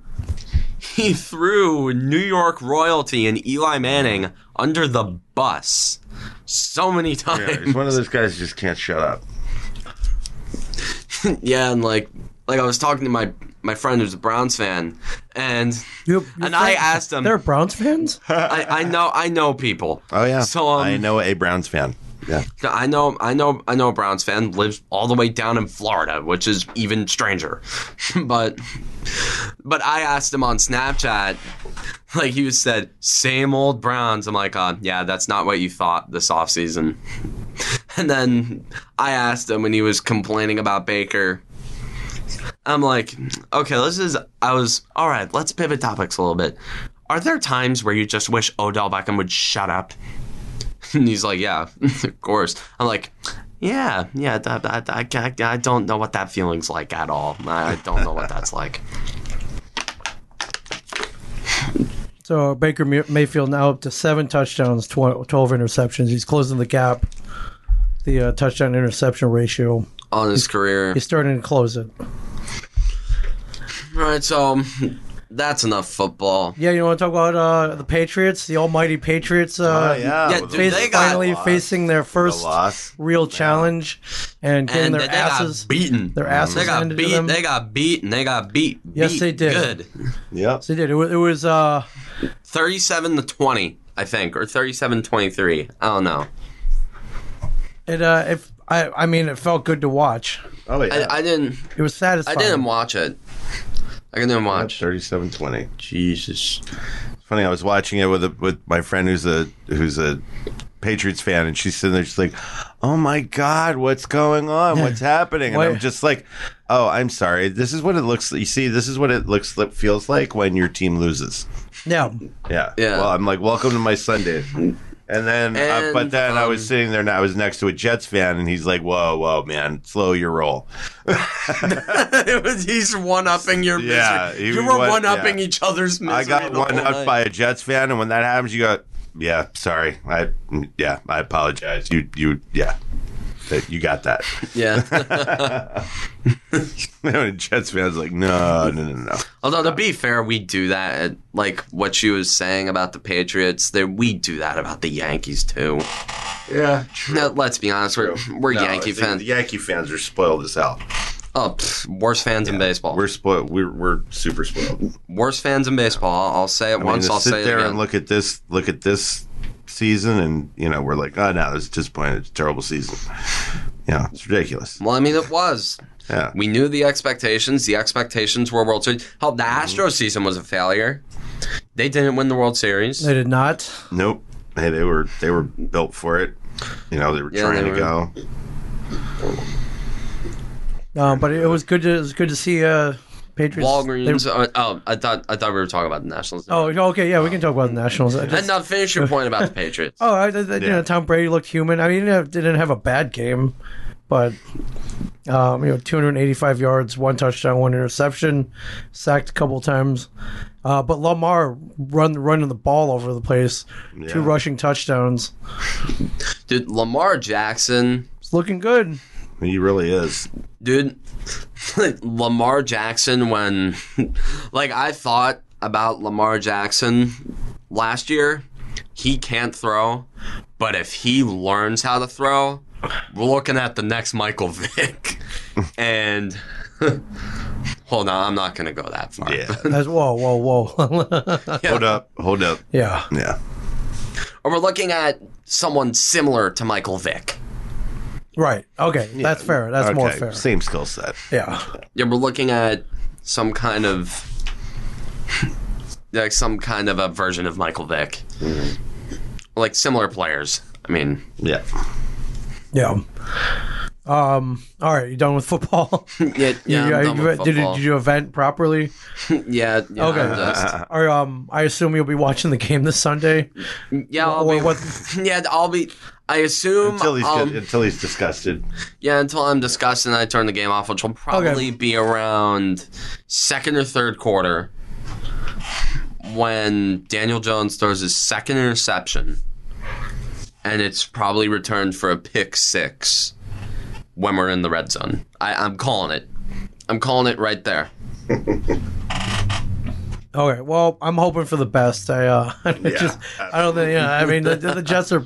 A: he threw New York royalty and Eli Manning under the bus so many
C: yeah,
A: times.
C: he's one of those guys who just can't shut up.
A: Yeah, and like like I was talking to my my friend who's a Browns fan, and
B: You, your
A: And I
B: friends-
A: asked him-
B: They're Browns fans.
A: I, I know I know people.
C: Oh yeah,
A: So, um, Uh,
C: I know a Browns fan. Yeah,
A: I know I know I know a Browns fan lives all the way down in Florida, which is even stranger. but but I asked him on Snapchat, like he said, same old Browns. I'm like, uh, yeah, that's not what you thought this offseason. and then I asked him when he was complaining about Baker. I'm like, okay, this is I was all right, let's pivot topics a little bit. Are there times where you just wish Odell Beckham would shut up? And he's like, yeah, of course. I'm like, yeah, yeah, that, that, I, ca- I don't know what that feeling's like at all. I, I don't know what that's like.
B: So Baker May- Mayfield now up to seven touchdowns, tw- twelve interceptions. He's closing the gap, the uh, touchdown interception ratio.
A: On his career.
B: He's starting to close it.
A: All right, so that's enough football.
B: Yeah, you want to talk about uh, the Patriots, the Almighty Patriots? Uh,
A: yeah,
C: with
A: dude,
C: Oh, the-
A: they got
B: finally
C: lost.
B: facing their
C: the
B: first
C: loss.
B: real challenge and getting
A: And
B: their
A: they
B: asses
A: got beaten.
B: their asses
A: they got
B: handed to
A: beat.
B: them.
A: They got beat. And they got beat.
B: Yes,
A: beat
B: they did.
A: Good.
C: Yep.
B: They did. It was, it was uh,
A: 37 to 20, I think, or 37 23. I don't know.
B: it uh, if I, I mean, it felt good to watch.
C: Oh yeah.
A: I, I didn't.
B: It was
A: I
B: satisfying.
A: didn't watch it. I didn't watch.
C: Thirty-seven twenty. Jesus. Funny, I was watching it with a, with my friend who's a who's a Patriots fan, and she's sitting there, she's like, "Oh my God, what's going on? What's happening?" And
B: Why-
C: I'm just like, "Oh, I'm sorry. This is what it looks. You see, this is what it looks feels like when your team loses."
B: Yeah,
C: Yeah.
A: Yeah.
C: Well, I'm like, "Welcome to my Sunday." And then, uh,
A: And,
C: but then I was
A: um,
C: sitting there and I was next to a Jets fan, and he's like, "Whoa, whoa, man, slow your roll."
A: it was, he's one upping your
C: Yeah,
A: misery.
C: he
A: you were
C: was-
A: one upping
C: yeah.
A: each other's misery.
C: I got
A: the
C: one
A: whole
C: up
A: night.
C: by a Jets fan, and when that happens, you go, "Yeah, sorry, I, mm, yeah, I apologize." You, you, yeah, that you got that.
A: Yeah.
C: and a Jets fan's like, "No, no, no, no."
A: Although to be fair, we do that. At, like what she was saying about the Patriots, there we do that about the Yankees too.
C: Yeah,
A: Now, let's be honest, we're we're Yankee fans.
C: The Yankee fans are spoiled as hell.
A: oh, pff, worst fans in baseball.
C: We're spoiled. We're we're super spoiled.
A: worst fans in baseball. I'll say it
C: I mean,
A: once.
C: to
A: I'll
C: sit
A: say
C: there
A: it
C: and
A: again.
C: look at this, look at this season, and you know we're like, oh no, this is disappointing. It's a terrible season. Yeah, it's ridiculous.
A: Well, I mean, it was.
C: Yeah,
A: We knew the expectations. The expectations were World Series. Hell, the
C: Mm-hmm.
A: Astros season was a failure. They didn't win the World Series.
B: They did not.
C: nope. Hey, they were they were built for it. You know, they were
A: Yeah,
C: trying
A: they
C: to
A: were.
C: go.
B: Um, but it was good. To, it was good to see uh, Patriots.
A: Walgreens.
B: They,
A: uh, oh, I thought I thought we were talking about the Nationals.
B: oh, okay. Yeah, we can talk about the Nationals. I
A: and
B: just-
A: now finish your point about the Patriots.
B: oh, I, I, you know, Tom Brady looked human. I mean, he didn't have, didn't have a bad game, but um, you know, 285 yards, one touchdown, one interception, sacked a couple times. Uh, but Lamar run running the ball over the place, two
C: Yeah.
B: rushing touchdowns.
A: Dude, Lamar Jackson.
B: It's looking good.
C: He really is.
A: Dude, Lamar Jackson, when. Like, I thought about Lamar Jackson last year. He can't throw, but if he learns how to throw, we're looking at the next Michael Vick. And. Hold on, I'm not going to go that far.
C: Yeah.
B: That's whoa, whoa, whoa.
C: hold up. Hold up.
B: yeah,
C: Yeah.
A: Or we're looking at someone similar to Michael Vick.
B: right. Okay, that's fair. That's more
C: Okay,
B: fair.
C: Same skill set.
B: Yeah.
A: Yeah, we're looking at some kind of like some kind of a version of Michael Vick. Mm-hmm. Like similar players. I mean,
C: Yeah.
B: Yeah. Um. All right. You done with football?
A: yeah, yeah,
B: You-
A: I'm
B: you-
A: done with
B: did, you,
A: football.
B: did you event properly?
A: yeah, yeah,
B: Okay.
A: I'm just-
B: Or um, I assume you'll be watching the game this Sunday.
A: yeah, I'll
B: Or
A: be,
B: what?
A: yeah, I'll be. I assume
C: Until he's
A: I'll-
C: good, until he's disgusted.
A: yeah, until I'm disgusted and I turn the game off, which will probably be around second or third quarter when Daniel Jones throws his second interception. And it's probably returned for a pick six when we're in the red zone. I, I'm calling it. I'm calling it right there.
B: Okay. Well, I'm hoping for the best. I uh, I just I don't think. Yeah. I mean, the, the Jets are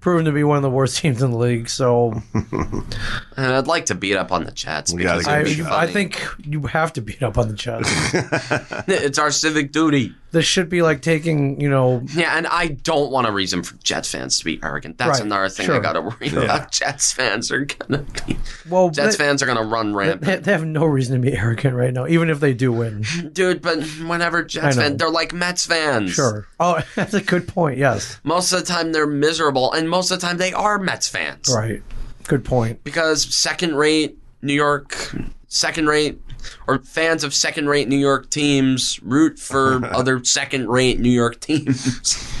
B: proven to be one of the worst teams in the league. So
A: And I'd like to beat up on the Jets
C: gotta
A: because
C: give
B: I
A: it'd
C: them a
A: be
C: shot.
B: I
A: funny.
B: think you have to beat up on the Jets.
A: it's our civic duty.
B: this should be like taking you know.
A: Yeah, and I don't want a reason for Jets fans to be arrogant. That's
B: Right,
A: another thing
B: sure.
A: I got to worry about. Jets fans are gonna be
B: Well,
A: Jets
B: they,
A: fans are gonna run
B: they,
A: rampant,
B: they have no reason to be arrogant right now, even if they do win.
A: dude. But whenever Jets
B: know.
A: fans, they're like Mets fans.
B: Sure. Oh, that's a good point. Yes.
A: Most of the time they're miserable, and most of the time they are Mets fans
B: Right. Good point.
A: because second-rate New York, second-rate or fans of second-rate New York teams root for other second-rate New York teams.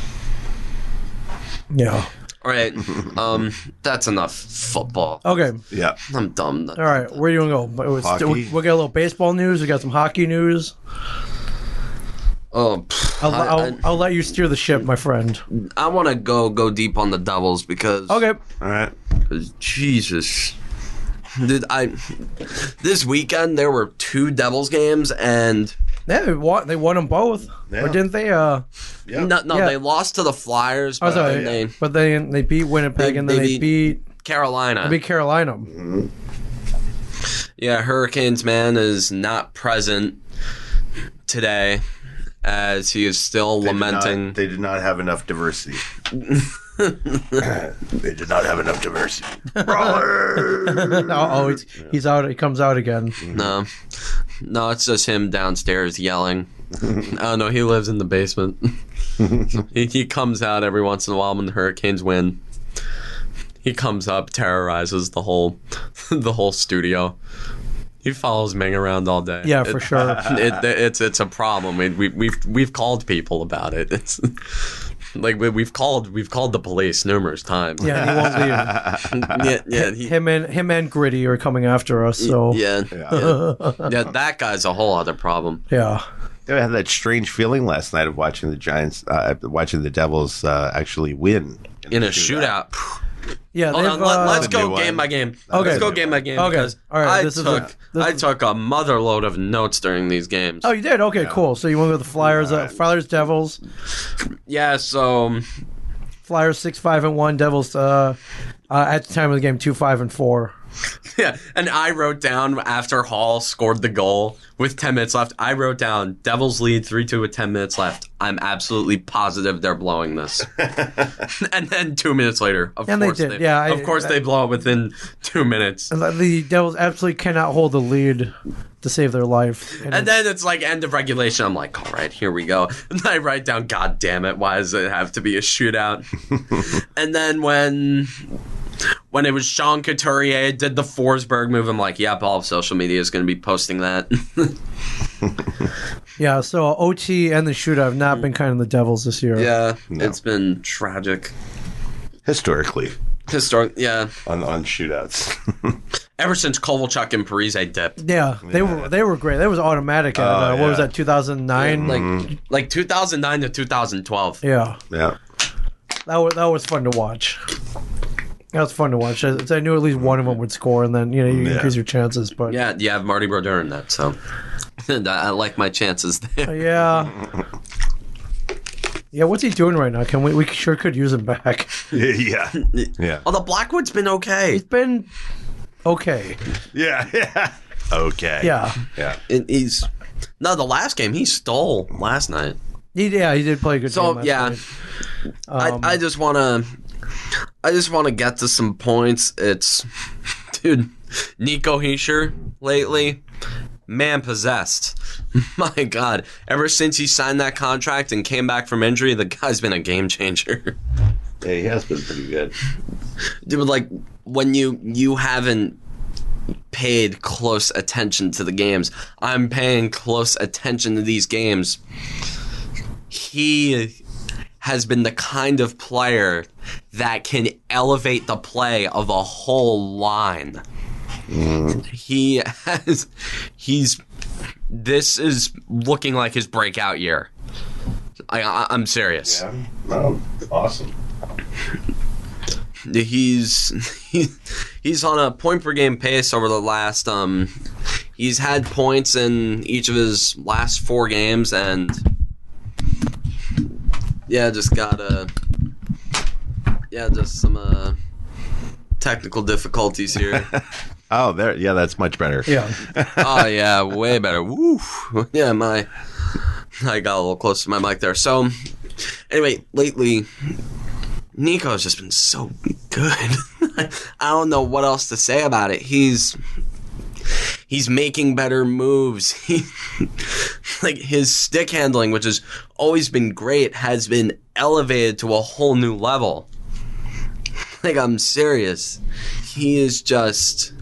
B: Yeah.
A: All right, um, that's enough football.
B: Okay.
C: Yeah.
A: I'm dumb.
B: Oh. All right. Where do you want to go? It was-
C: Hockey.
B: we, will get a little baseball news. We got some hockey news.
A: Oh, pff,
B: I'll, I,
A: I-
B: will I'll let you steer the ship, my friend.
A: I want to go go deep on the Devils because
B: Okay.
C: All right.
A: 'cause Jesus, did I this weekend there were two Devils games and
B: Yeah, they won. They won them both.
C: Yeah.
B: Or didn't they? Uh,
C: Yeah.
A: no, no
B: Yeah.
A: they lost to the Flyers
B: I
A: but
B: sorry.
A: then Uh, they
B: But they they beat Winnipeg
A: They-
B: and then
A: they
B: they beat
A: Carolina
B: beat Carolina.
A: yeah Hurricanes man is not present today as he is still
C: They did not-
A: lamenting
C: they did not have enough diversity. they did not have enough diversity. Brawler!
B: oh, he's, he's out. He comes out again.
A: no no it's just him downstairs yelling oh no he lives in the basement he, he comes out every once in a while when the Hurricanes win. He comes up, terrorizes the whole, the whole studio. He follows Ming around all day.
B: Yeah, for
A: It-
B: sure.
A: It, it's it's a problem. We, we we've we've called people about it. It's Like we, we've called, we've called the police numerous times.
B: Yeah, he won't leave.
A: yeah, yeah, he-
B: Him and him and Gritty are coming after us. So
A: yeah,
C: Yeah.
A: yeah, yeah. That guy's a whole other problem.
B: yeah.
C: I had that strange feeling last night of watching the Giants, uh, watching the Devils uh, actually win
A: In a shootout.
B: Yeah,
A: Hold
B: they've,
A: on, let,
B: uh,
A: let's
C: That's a new
A: go
C: one.
A: game by game.
B: Okay.
A: Let's go game by game.
B: Okay.
A: because
B: All right,
A: I
B: this is a-
A: took
B: this
A: I
B: is-
A: took a motherload of notes during these games.
B: Oh, you did. Okay, cool. So you went with the Flyers, uh, Flyers, Devils,
A: Yeah, so
B: Flyers six five and one, Devils uh, uh, at the time of the game two five and four.
A: yeah, and I wrote down after Hall scored the goal with ten minutes left. I wrote down Devils lead three two with ten minutes left. I'm absolutely positive they're blowing this. and then two minutes later, of
B: And they
A: course
B: did, yeah, I-
A: of course they blow it within two minutes.
B: And The Devils absolutely cannot hold the lead to save their life. And
A: And then it's like end of regulation. I'm like, all right, here we go. And I write down, God damn it, why does it have to be a shootout? and then when when it was Sean Couturier did the Forsberg move, I'm like, yep, all of social media is going to be posting that.
B: yeah, so uh, OT and the shootout have not been kind of the Devils this year.
A: yeah, it's been tragic.
C: historically
A: Historic, yeah.
C: on on shootouts.
A: Ever since Kovalchuk and Parise dipped,
B: Yeah, they were they were great. That was automatic. At, uh, What was
C: yeah.
B: that? Two thousand nine.
A: like like 2009 to 2012.
B: Yeah,
C: yeah,
B: that was that was fun to watch. That was fun to watch. I, I knew at least one of them would score, and then you know you
C: Yeah.
B: increase your chances. But
A: Yeah, you have Marty Brodeur in that, so and I, I like my chances there.
B: yeah, yeah. What's he doing right now? Can we? We sure could use him back.
C: yeah, yeah,
A: Although Blackwood's been okay.
B: He's been okay.
C: yeah, yeah. Okay.
B: Yeah,
C: Yeah.
A: And he's no the last game he stole last night.
B: he, yeah. He did play a good. game
A: So
B: last
A: yeah,
B: night.
A: I I just wanna I just wanna get to some points. It's dude, Nico Heischer lately, man possessed. My God, ever since he signed that contract and came back from injury, the guy's been a game changer.
C: Yeah, he has been pretty good.
A: Dude, like when you you haven't paid close attention to the games. I'm paying close attention to these games. He has been the kind of player that can elevate the play of a whole line. He has he's this is looking like his breakout year. I, I I'm serious.
C: Um, awesome.
A: he's he, he's on a point per game pace over the last um he's had points in each of his last four games and yeah just got uh yeah just some uh technical difficulties here
C: Oh, there. Yeah, that's much better.
B: yeah.
A: oh yeah, way better. Woo. Yeah, my I got a little close to my mic there. So anyway, lately Nico's just been so good. I don't know what else to say about it. He's he's making better moves. He like his stick handling, which has always been great, has been elevated to a whole new level. Like I'm serious. He is just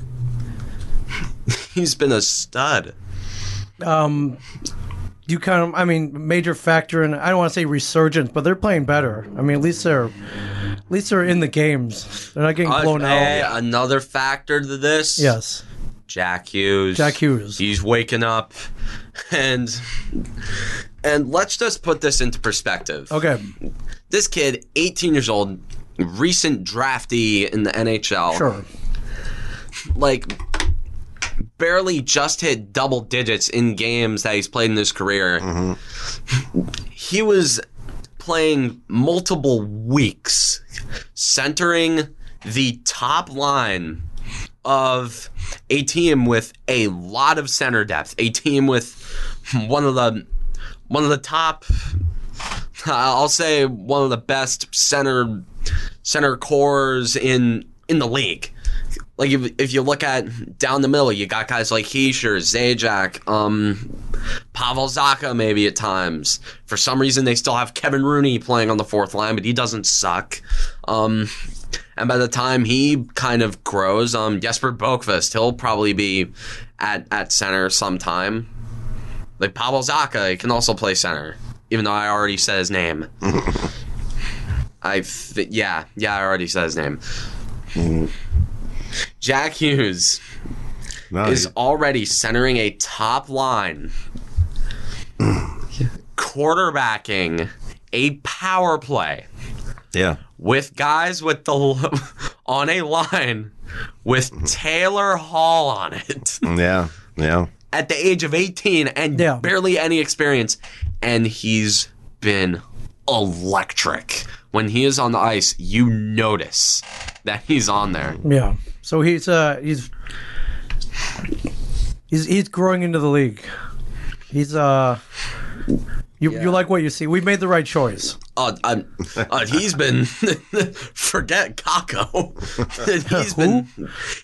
A: he's been a stud.
B: um you kind of i mean major factor in i don't want to say resurgence but they're playing better i mean at least they're at least they're in the games they're not getting
A: Uh,
B: blown
A: eh,
B: out
A: Another factor to this,
B: yes
A: Jack Hughes.
B: Jack Hughes.
A: He's waking up, and and let's just put this into perspective.
B: okay
A: This kid, 18 years old, recent draftee in the NHL.
B: sure
A: Like. Barely just hit double digits in games that he's played in his career. He was playing multiple weeks, centering the top line of a team with a lot of center depth, a team with one of the one of the top I'll say one of the best center center cores in in the league. Like if, if you look at down the middle, you got guys like Heischer, Zajac, um, Pavel Zaka maybe at times. For some reason, they still have Kevin Rooney playing on the fourth line, but he doesn't suck. Um, and by the time he kind of grows, um, Jesper Boqvist, he'll probably be at at center sometime. Like Pavel Zaka, he can also play center, even though I already said his name. I th- yeah yeah I already said his name. Jack Hughes
C: No,
A: is
C: he-
A: already centering a top line, quarterbacking a power play
C: yeah.
A: with guys with the l- on a line with Taylor Hall on it
C: Yeah. Yeah.
A: at the age of 18 and
B: Yeah.
A: barely any experience and he's been electric. When he is on the ice, you notice that he's on there.
B: Yeah. So he's uh he's he's he's growing into the league. He's uh you you like what you see. We've made the right choice.
A: Uh, I'm, uh, he's been forget Kako. he's been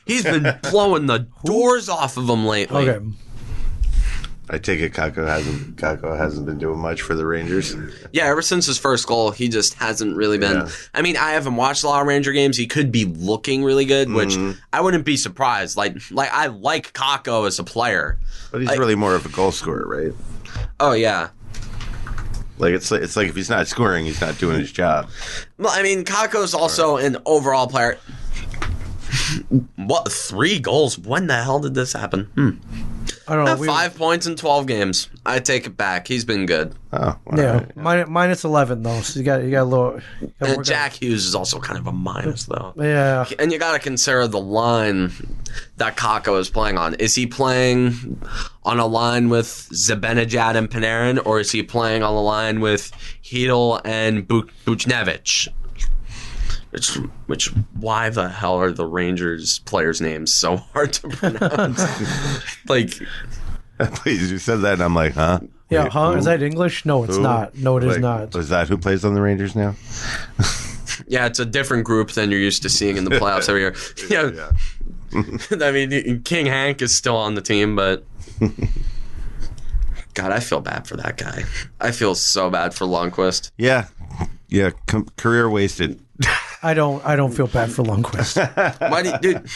A: he's been blowing the doors off of him lately.
B: Okay.
C: I take it Kako hasn't Kako hasn't been doing much for the Rangers.
A: Yeah, ever since his first goal, he just hasn't really been.
C: Yeah.
A: I mean, I haven't watched a lot of Ranger games. He could be looking really good, which I wouldn't be surprised. Like, like I like Kako as a player.
C: But he's really more of a goal scorer, right?
A: Oh yeah.
C: Like it's like, it's like if he's not scoring, he's not doing his job.
A: Well, I mean, Kako's also an overall player. What three goals? When the hell did this happen? Hmm.
B: I don't know. we-
A: Uh, Five points in twelve games. I take it back. He's been good.
C: Oh, all
B: Yeah,
C: right.
B: Min- minus eleven though. So you got you got a little. You gotta
A: And
B: work
A: Jack Hughes is also kind of a minus though.
B: out- Yeah,
A: And you got to consider the line that Kako is playing on. Is he playing on a line with Zibanejad and Panarin, or is he playing on a line with Hedel and Bu- Buchnevich? Which, which, why the hell are the Rangers players' names so hard to pronounce? like,
C: Please, you said that, and I'm like, huh?
B: yeah.
C: Wait,
B: Huh?
C: who?
B: Is that English? No, it's
C: Who?
B: not. No, it is
C: Like,
B: not.
C: Is that who plays on the Rangers now?
A: yeah, it's a different group than you're used to seeing in the playoffs every year. Yeah, I mean, King Hank is still on the team, but God, I feel bad for that guy. I feel so bad for Longquist.
C: Yeah. Yeah. Com- career wasted.
B: I don't. I don't feel bad for Lundqvist.
A: Why do you, dude,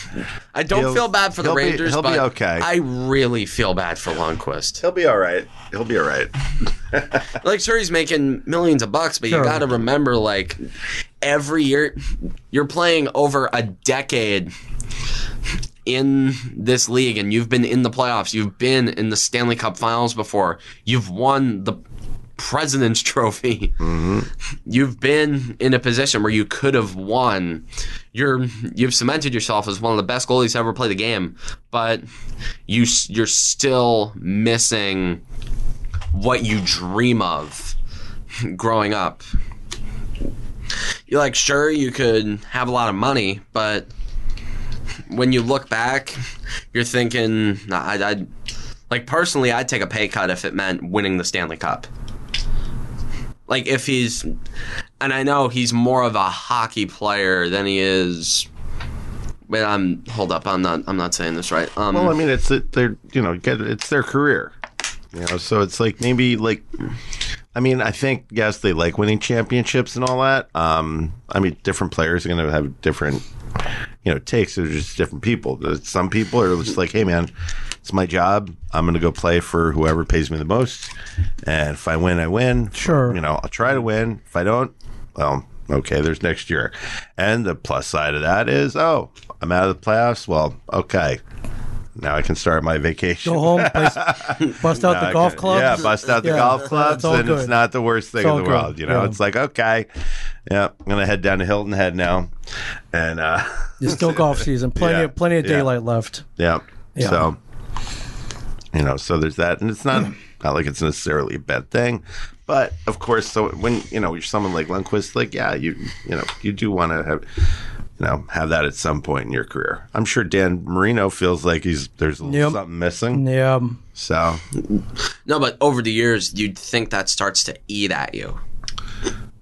A: I don't
C: He'll-
A: feel bad for the
C: he'll be-
A: Rangers,
C: he'll be
A: but
C: okay.
A: I really feel bad for Lundqvist.
C: He'll be all right. He'll be all right.
A: Like, sure, he's making millions of bucks, but
B: Sure.
A: you got to remember, like, every year you're playing over a decade in this league, and you've been in the playoffs, you've been in the Stanley Cup Finals before, you've won the President's Trophy, you've been in a position where you could have won. You're you've cemented yourself as one of the best goalies to ever play the game, but you s- you're still missing what you dream of growing up. You're like, sure, you could have a lot of money, but when you look back, you're thinking, nah, I, I, like personally, I'd take a pay cut if it meant winning the Stanley Cup. Like if he's, and I know he's more of a hockey player than he is. Wait, I'm hold up. I'm not. I'm not saying this right. Um,
C: Well, I mean, it's it- they're you know get it's their career, you know. So it's like maybe like, I mean, I think yes, they like winning championships and all that. Um, I mean, different players are going to have different, you know, takes. They're just different people. Some people are just like, hey man, it's my job. I'm going to go play for whoever pays me the most, and if I win, I win.
B: Sure.
C: you know, I'll try to win. If I don't, well. Okay, there's next year. And the plus side of that is, oh, I'm out of the playoffs. Well, okay. Now I can start my vacation.
B: Go home, play, bust out the
C: I
B: golf
C: can-
B: club.
C: Yeah, bust out the
B: Yeah,
C: golf
B: it's
C: clubs,
B: all
C: and it's
B: good.
C: not the worst thing
B: It's
C: in
B: all
C: the
B: good,
C: world. You know,
B: yeah.
C: it's like okay, yeah, I'm gonna head down to Hilton Head now, and uh,
B: It's still golf season. Plenty
C: Yeah,
B: of plenty of
C: yeah.
B: daylight left.
C: yeah.
B: Yeah.
C: so you know, so there's that, and it's not not like it's necessarily a bad thing, but of course, so when you know you're someone like Lundqvist, like yeah, you you know you do want to have. You know, have that at some point in your career. I'm sure Dan Marino feels like he's there's a little
B: Yep.
C: something missing.
B: Yeah. um,
C: So
A: No, but over the years, you'd think that starts to eat at you.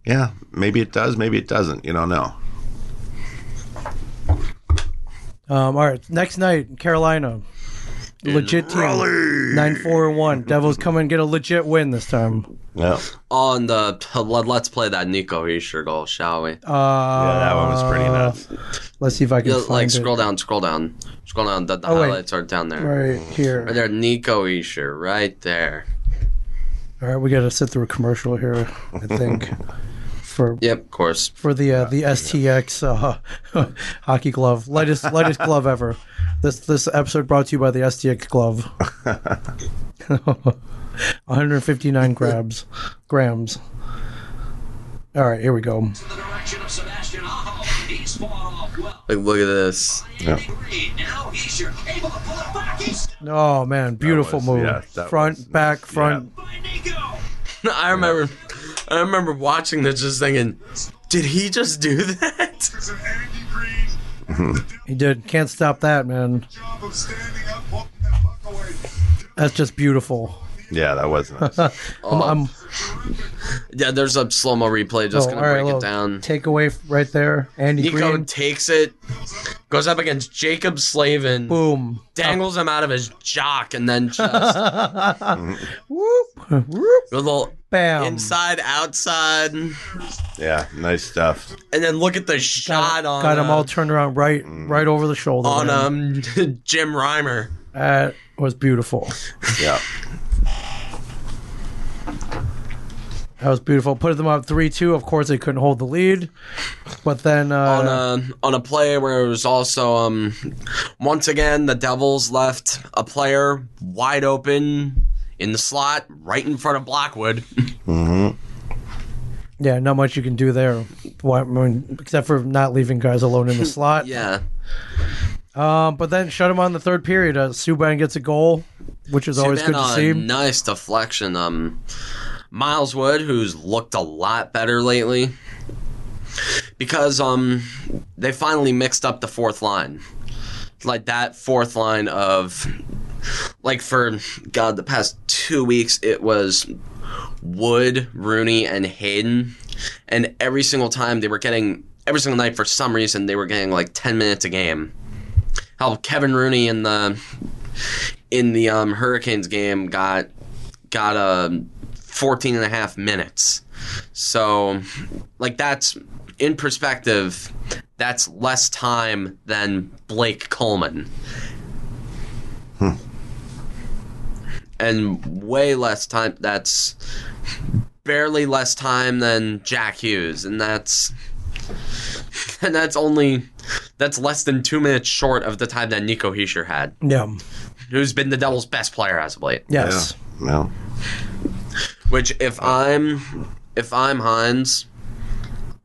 C: Yeah, maybe it does, maybe it doesn't. You don't know.
B: Um, all right. Next night, Carolina. Legit team. Nine four one. Devils come and get a legit win this time.
C: No.
A: On the let, let's play that Nico Heischer goal, shall we?
B: Uh,
C: Yeah, that one was pretty nuts.
B: Let's see if I can
A: Yeah,
B: find
A: like
B: it.
A: scroll down, scroll down, scroll down. The, the
B: Oh, wait.
A: highlights are down there. Right.
B: right here.
A: there, Nico Heischer, right there.
B: All right, we got to sit through a commercial here, I think. for
A: Yep, of course.
B: for the uh, the STX uh, hockey glove, lightest lightest glove ever. This this episode brought to you by the STX glove. 159 grabs, grams. All right, here we go.
D: the direction of Sebastian Aho. He's fought off well.
A: Like, look at this.
C: Yeah.
D: Green. Now he's your able to pull it back. He's
B: Oh man, beautiful
C: was-
B: move.
C: yeah, that
B: front,
C: was-
B: back,
C: yeah.
B: front.
D: by Nico.
A: I remember, I remember watching this, just thinking, did he just do that?
E: It's an Andy Green
B: He did. Can't stop that, man.
E: job of standing up, walking that puck away.
B: That's just beautiful.
C: Yeah, that was nice.
A: Oh,
B: I'm, I'm-
A: Yeah, there's a slow mo replay just
B: oh,
A: gonna
B: all right,
A: break
B: little
A: it down.
B: Takeaway f- right there. Andy
A: Nico
B: Green.
A: takes it, goes up against Jacob Slavin,
B: Boom.
A: dangles him out of his jock, and then just a
B: Whoop. Whoop.
A: little
B: Bam.
A: inside outside, and
C: yeah, nice stuff.
A: then look at the shot on
B: Got him
A: um,
B: all turned around right right over the shoulder.
A: on
B: man.
A: um Jim Reimer.
B: That was beautiful.
C: Yeah.
B: That was beautiful. Put them up 3 2. Of course, they couldn't hold the lead. But then. Uh,
A: on a on a play where it was also um once again the Devils left a player wide open in the slot right in front of Blackwood.
B: yeah, not much you can do there. Why- I mean, except for not leaving guys alone in the slot.
A: yeah.
B: Um, but then shut him on the third period. Uh, Subban gets a goal, which is always
A: Subban
B: good to
A: on a
B: see.
A: Nice deflection. Um Miles Wood, who's looked a lot better lately. Because um they finally mixed up the fourth line. Like that fourth line of like for God the past two weeks it was Wood, Rooney, and Hayden. And every single time they were getting every single night for some reason they were getting like ten minutes a game. How Kevin Rooney and the in the um, Hurricanes game got got um, 14 and a half minutes. So like that's in perspective that's less time than Blake Coleman. Hmm. And way less time that's barely less time than Jack Hughes and that's and that's only that's less than 2 minutes short of the time that Nico Heischer had
B: yeah.
A: who's been the Devils' best player as of late.
B: Yes.
C: Yeah. No.
A: Which, if I'm, if I'm Hines,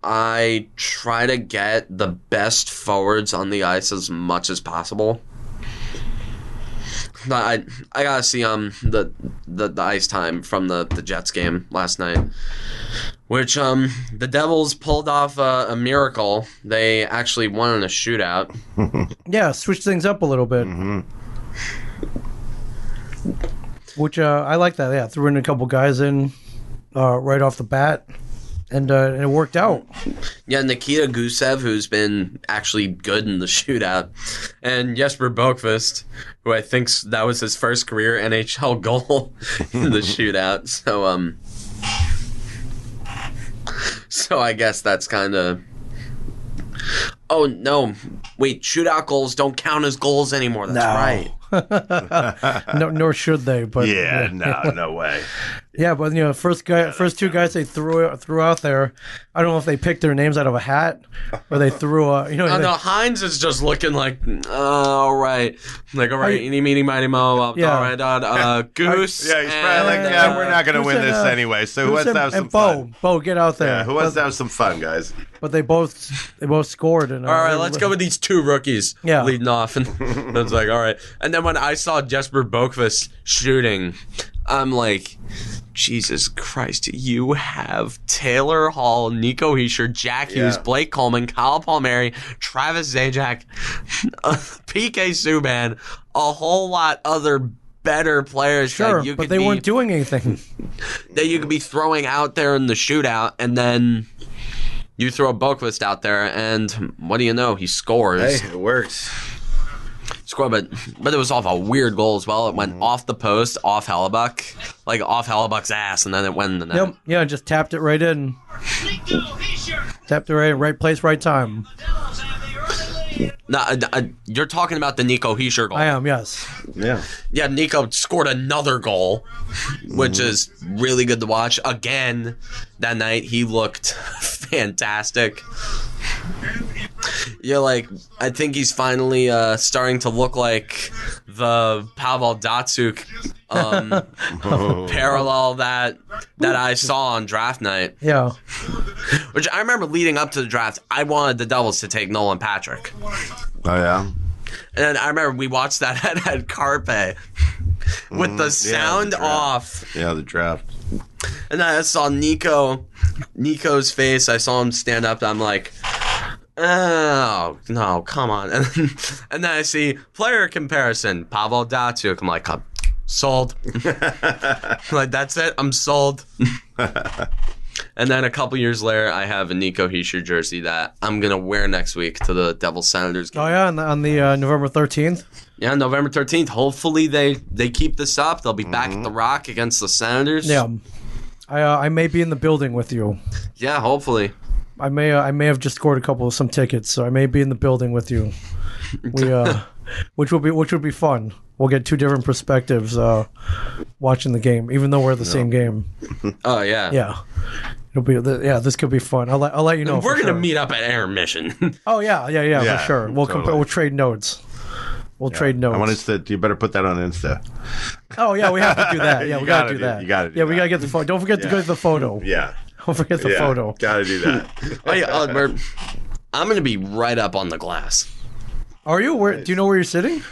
A: I try to get the best forwards on the ice as much as possible. But I I gotta see um the the, the ice time from the, the Jets game last night, which um the Devils pulled off a, a miracle. They actually won in a shootout.
B: Yeah, switch things up a little bit.
C: Mm-hmm.
B: Which uh, I like that. Yeah, threw in a couple guys in uh, right off the bat, and, uh, and it worked out.
A: Yeah, Nikita Gusev, who's been actually good in the shootout, and Jesper Boqvist, who I think s- that was his first career NHL goal in the shootout. So, um, so I guess that's kind of. Oh no! Wait, shootout goals don't count as goals anymore. That's
B: No.
A: right.
B: No, nor should they. But
C: Yeah, no, no way.
B: yeah. But you know, first guy, first two guys they threw threw out there. I don't know if they picked their names out of a hat or they threw a you know.
A: Oh,
B: they-
A: no, Hines is just looking like, uh, all right, like all right,
B: you-
A: any meeting, mighty mo, uh,
B: Yeah.
A: all right, uh, uh, goose.
C: Yeah, he's probably like,
A: and,
C: yeah,
A: uh,
C: we're not going
B: who
C: to win
B: said,
C: this
B: uh,
C: anyway. So who
B: Who's
C: wants
B: him-
C: to have some
B: and Bo,
C: fun?
B: Bo, get out there.
C: Yeah, who wants
B: but,
C: to have some fun, guys?
B: but they both they both scored. And, uh,
A: All right,
B: they-
A: let's go with these two rookies
B: Yeah.
A: leading off. And it's like, all right. And then when I saw Jesper Boqvist shooting, I'm like, Jesus Christ, you have Taylor Hall, Nico Heischer, Jack Hughes,
C: Yeah.
A: Blake Coleman, Kyle Palmieri, Travis Zajac, PK Subban, a whole lot other better players
B: Sure,
A: that you
B: but
A: could
B: they
A: be,
B: weren't doing anything.
A: that you could be throwing out there in the shootout, and then. You throw Boqvist out there, and what do you know? He scores
C: Hey, it works.
A: score, but but it was off a weird goal as well. It went off the post, off Hellebuck, like off Hellebuck's ass, and then it went in the net.
B: Yep. Yeah, just tapped it right in.
D: Nico, he's your
B: Tapped it right, right place, right time.
D: Devils have the early lead.
A: No, uh, uh, you're talking about the Nico Heischer goal.
B: I am, yes.
F: Yeah.
A: Yeah, Nico scored another goal, which is really good to watch. Again, that night he looked fantastic. You're like, I think he's finally uh, starting to look like the Pavel Datsuk um, parallel that that I saw on draft night.
B: Yeah.
A: Which I remember leading up to the draft, I wanted the Devils to take Nolan Patrick.
C: Oh yeah.
A: And I remember we watched that at, at Carpe with the sound
C: draft.
A: off.
C: Yeah, the draft.
A: And I saw Nico, Nico's face. I saw him stand up. I'm like, oh, no, come on. And then, and then I see player comparison, Pavel Datsuk. I'm like, I'm sold. like, that's it. I'm sold. and then a couple years later, I have a Nico Heischer jersey that I'm going to wear next week to the Devil Senators game.
B: Oh yeah, on the, on the uh, November thirteenth.
A: Yeah, November thirteenth. Hopefully they they keep this up. They'll be back at the Rock against the Senators.
B: Yeah. I uh, I may be in the building with you.
A: yeah. Hopefully,
B: I may uh, I may have just scored a couple of some tickets, so I may be in the building with you. We uh, which will be which would be fun. We'll get two different perspectives uh, watching the game, even though we're the same game.
A: oh yeah,
B: Yeah, it'll be th- yeah. This could be fun. I'll let I'll let you know.
A: We're
B: Oh, for
A: gonna
B: sure.
A: meet up at Air Mission.
B: Oh yeah, yeah, yeah,
C: Yeah,
B: for sure. We'll compare.
C: totally.
B: We'll trade notes. We'll trade notes.
C: I want us to. You better put that on Insta.
B: Oh yeah, we have to do that. Yeah,
C: You
B: we gotta,
C: gotta
B: do
C: do-
B: that.
C: you gotta do
B: yeah, we
C: that.
B: gotta get the photo. Don't forget to
C: Yeah.
B: get the photo.
C: Yeah.
B: Don't forget the
C: yeah,
B: photo.
C: Gotta do that.
A: oh yeah, uh, we're- I'm gonna be right up on the glass.
B: Are you? Where? Do you know where you're sitting?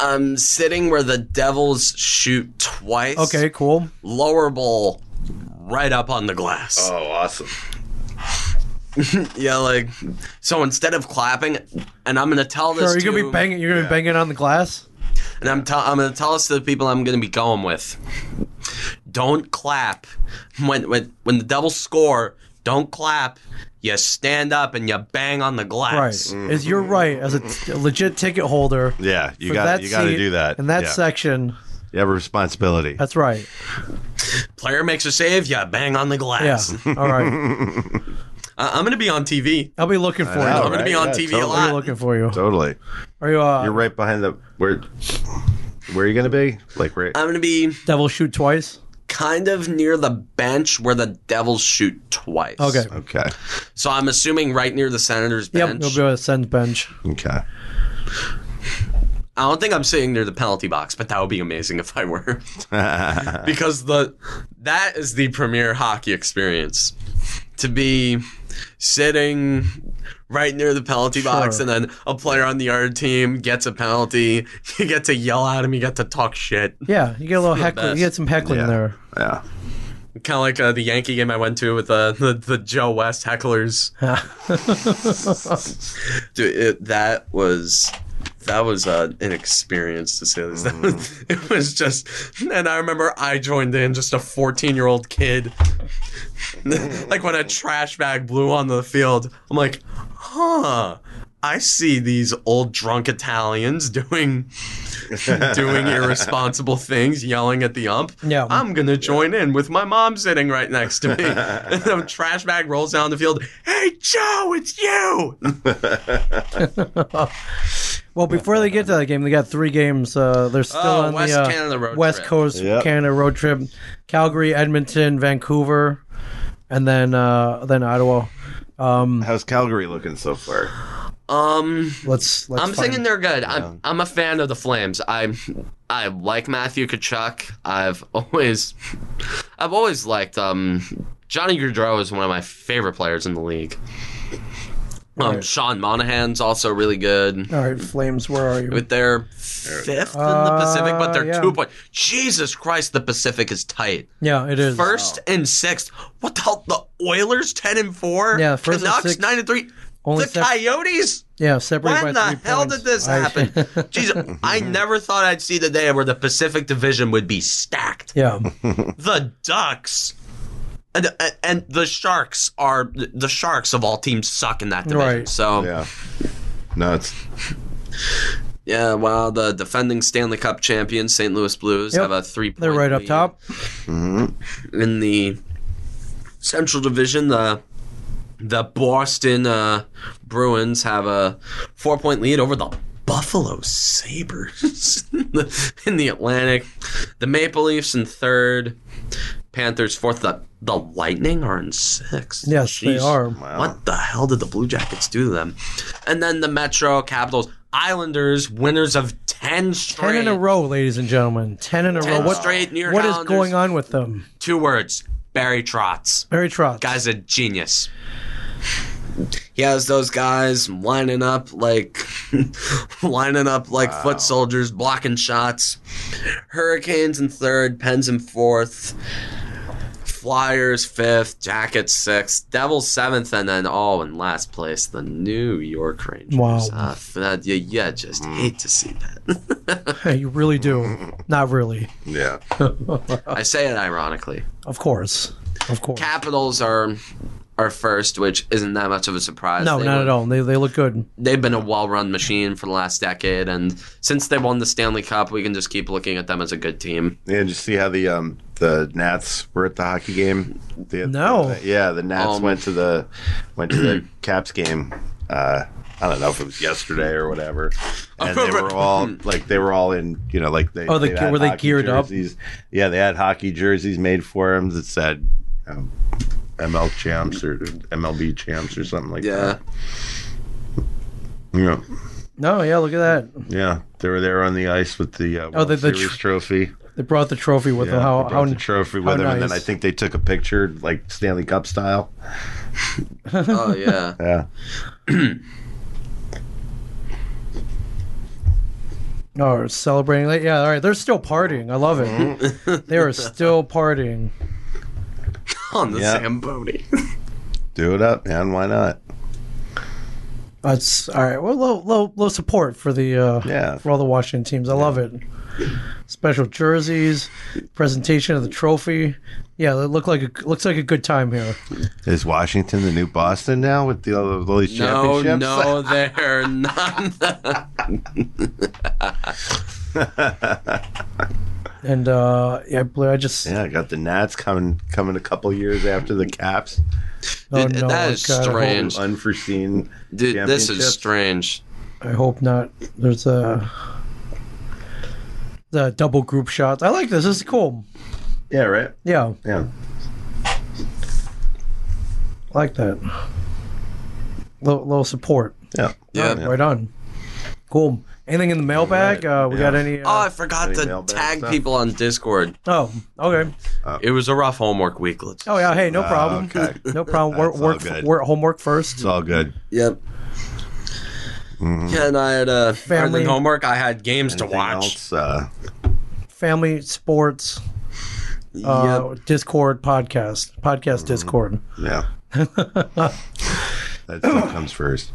A: I'm sitting where the Devils shoot twice.
B: Okay, cool.
A: lower bowl, right up on the glass.
C: oh, awesome.
A: Yeah, like so. Instead of clapping, and I'm gonna tell
B: So
A: this.
B: are you gonna
A: to-
B: be banging? You're gonna be banging on the glass?
A: And I'm, tell- I'm going to tell us to the people I'm going to be going with. Don't clap. When, when, when the Devils score, don't clap. You stand up and you bang on the
B: Right.
A: glass.
B: Is you're right as a t- a legit ticket holder.
C: Yeah, Mm-hmm. you
B: for
C: got
B: that
C: you got to
B: seat
C: do that.
B: in that
C: yeah.
B: section.
C: You have a responsibility.
B: That's right.
A: Player makes a save, you bang on the
B: Yeah.
A: glass.
B: All right.
A: I- I'm going to be on TV.
B: I'll be looking for you.
C: know,
A: I'm
B: I'll
A: going to be on
C: right? Yeah,
A: TV a
C: totally.
B: be
A: lot.
B: looking for you.
C: Totally.
B: Are you? Uh,
C: You're right behind the where. Where are you gonna be? Like right.
A: I'm going to be
B: Devil shoot twice.
A: kind of near the bench where the Devils shoot twice.
B: Okay.
C: Okay.
A: So I'm assuming right near the Senators
B: Yep.
A: bench.
B: You'll be on a send bench.
C: Okay.
A: I don't think I'm sitting near the penalty box, but that would be amazing if I were. because the that is the premier hockey experience. To be sitting right near the penalty box
B: Sure.
A: and then a player on the other team gets a penalty, you get to yell at him, you get to talk shit.
B: Yeah. You get a little heckling.
A: best.
B: You get some heckling
C: Yeah.
B: there.
C: Yeah.
A: Kind of like uh, the Yankee game I went to with uh, the the Joe West hecklers. Dude, it, that was that was uh, an experience to say this. That was, it was just, and I remember I joined in just a fourteen year old kid. like when a trash bag blew on the field, I'm like, huh. I see these old drunk Italians doing doing irresponsible things, yelling at the ump.
B: Yeah.
A: I'm gonna join in with my mom sitting right next to me. and the trash bag rolls down the field. Hey Joe, it's you.
B: Well, before they get to that game, they got three games. Uh, they're still
A: Oh,
B: on
A: West
B: the uh,
A: Canada road
B: West
A: trip.
B: Coast
C: Yep.
B: Canada road trip: Calgary, Edmonton, Vancouver, and then uh, then Ottawa.
C: How's Calgary looking so far?
A: Um,
B: Let's. let's
A: I'm
B: find-
A: thinking they're good. I'm I'm a fan of the Flames. I I like Matthew Kachuk. I've always I've always liked um Johnny Gaudreau is one of my favorite players in the league. Um,
B: Right.
A: Sean Monahan's also really good.
B: All right, Flames. Where are you?
A: with their fifth in the
B: Uh,
A: Pacific, but they're
B: yeah.
A: two point. Jesus Christ, the Pacific is tight.
B: yeah, it is.
A: First and sixth. What the hell? The Oilers ten and four.
B: Yeah, first and
A: Canucks
B: sixth.
A: nine and three.
B: Only
A: the
B: sep-
A: Coyotes.
B: yeah, separated
A: When the
B: by three
A: hell
B: points.
A: did this
B: I-
A: happen? Jesus, I never thought I'd see the day where the Pacific Division would be stacked.
B: yeah,
A: The Ducks. And, and- and the sharks are the sharks of all teams suck in that division.
B: Right.
A: So
C: Yeah. No, it's
A: Yeah, while the defending Stanley Cup champions, St. Louis Blues,
B: Yep.
A: have a three point
B: they're right up top.
A: In the Central Division, the the Boston uh, Bruins have a four point lead over the Buffalo Sabres in, the, in the Atlantic. The Maple Leafs in third, Panthers fourth. The, the Lightning are in sixth.
B: Yes, they
A: Jeez.
B: are.
A: What the hell did the Blue Jackets do to them? And then the Metro Capitals Islanders, winners of 10 straight.
B: Ten in a row, ladies and gentlemen. Ten in a
A: 10
B: row. What,
A: straight New York
B: what is
A: Islanders.
B: going on with them?
A: Two words Barry Trotz.
B: Barry Trotz.
A: guy's a genius. He has those guys lining up like lining up like foot soldiers, blocking shots. Hurricanes in third, Pens in fourth, Flyers fifth, Jackets sixth, Devils seventh, and then oh, in last place, the New York Rangers.
B: Wow.
A: Uh, f- uh, yeah, yeah, just hate to see that.
B: Hey, you really do. Not really.
C: Yeah.
A: I say it ironically.
B: Of course. Of course.
A: Capitals are are first, which isn't that much of a surprise.
B: no,
A: They
B: not
A: were-
B: at all. They, they look good.
A: they've been a well-run machine for the last decade, and since they won the Stanley Cup, we can just keep looking at them as a good team.
C: Yeah, did you see how the um the Nats were at the hockey game? The-
B: No.
C: yeah, the Nats
A: Um,
C: went to the went to the Caps game. Uh, I don't know if it was yesterday or whatever, and they were all like they were all in you know like they
B: Oh, they-
C: had
B: were they
C: hockey
B: geared up?
C: jerseys. Yeah, they had hockey jerseys made for them that said. Um, ML champs or MLB champs or something like
A: Yeah,
C: that. Yeah,
B: No, yeah, look at that.
C: yeah, they were there on the ice with the uh, World
B: Oh, the- the
C: Series
B: tr-
C: trophy.
B: They brought the trophy with
C: Yeah,
B: them. How,
C: they
B: how
C: brought the trophy with
B: how
C: them, and then I
B: nice.
C: think they took a picture like Stanley Cup style.
A: oh yeah.
C: Yeah,
B: oh, celebrating. Like, Yeah, all right. They're still partying. I love
C: Mm-hmm.
B: it. they are still partying.
A: On the
C: Yeah.
A: Zamboni.
C: do it up, man. Why not?
B: That's all right. Well, low, low, low support for the uh,
C: Yeah.
B: for all the Washington teams. I love it. Special jerseys, presentation of the trophy. Yeah, it looked like a, looks like a good time here.
C: Is Washington the new Boston now with the all these
A: no,
C: championships?
A: no, they're not.
B: And uh, yeah, I believe I just
C: Yeah, I got the Nats coming coming a couple years after the Caps.
B: oh,
A: Dude,
B: no,
A: that is
B: God, I hope-
A: strange.
C: Unforeseen.
A: Dude, this
C: Championships.
A: is strange.
B: I hope not. There's a the double group shots. I like this. This is cool.
C: Yeah, right.
B: Yeah,
C: Yeah.
B: I like that. Low, low support.
C: Yeah.
A: Yeah.
B: Right on. Cool. Anything in the mailbag? Uh, we got
C: Yeah.
B: any?
A: Oh,
B: Uh,
A: I forgot
C: Any
A: to
C: mailbag
A: tag
C: stuff?
A: people on Discord.
B: oh, okay.
A: It was a rough homework week. Let's.
B: Oh yeah, hey, no problem.
C: Ah, okay.
B: No problem. Work,
C: That's all
B: work,
C: good.
B: work, homework first.
C: It's all good.
A: Yep. Yeah, and I had uh,
B: Family.
A: family homework. I had games to
C: Mm-hmm. Anything
A: watch.
C: else? Uh,
B: Family, sports, uh, Discord, podcast,
C: Mm-hmm.
B: podcast, Discord.
C: yeah. that stuff comes first.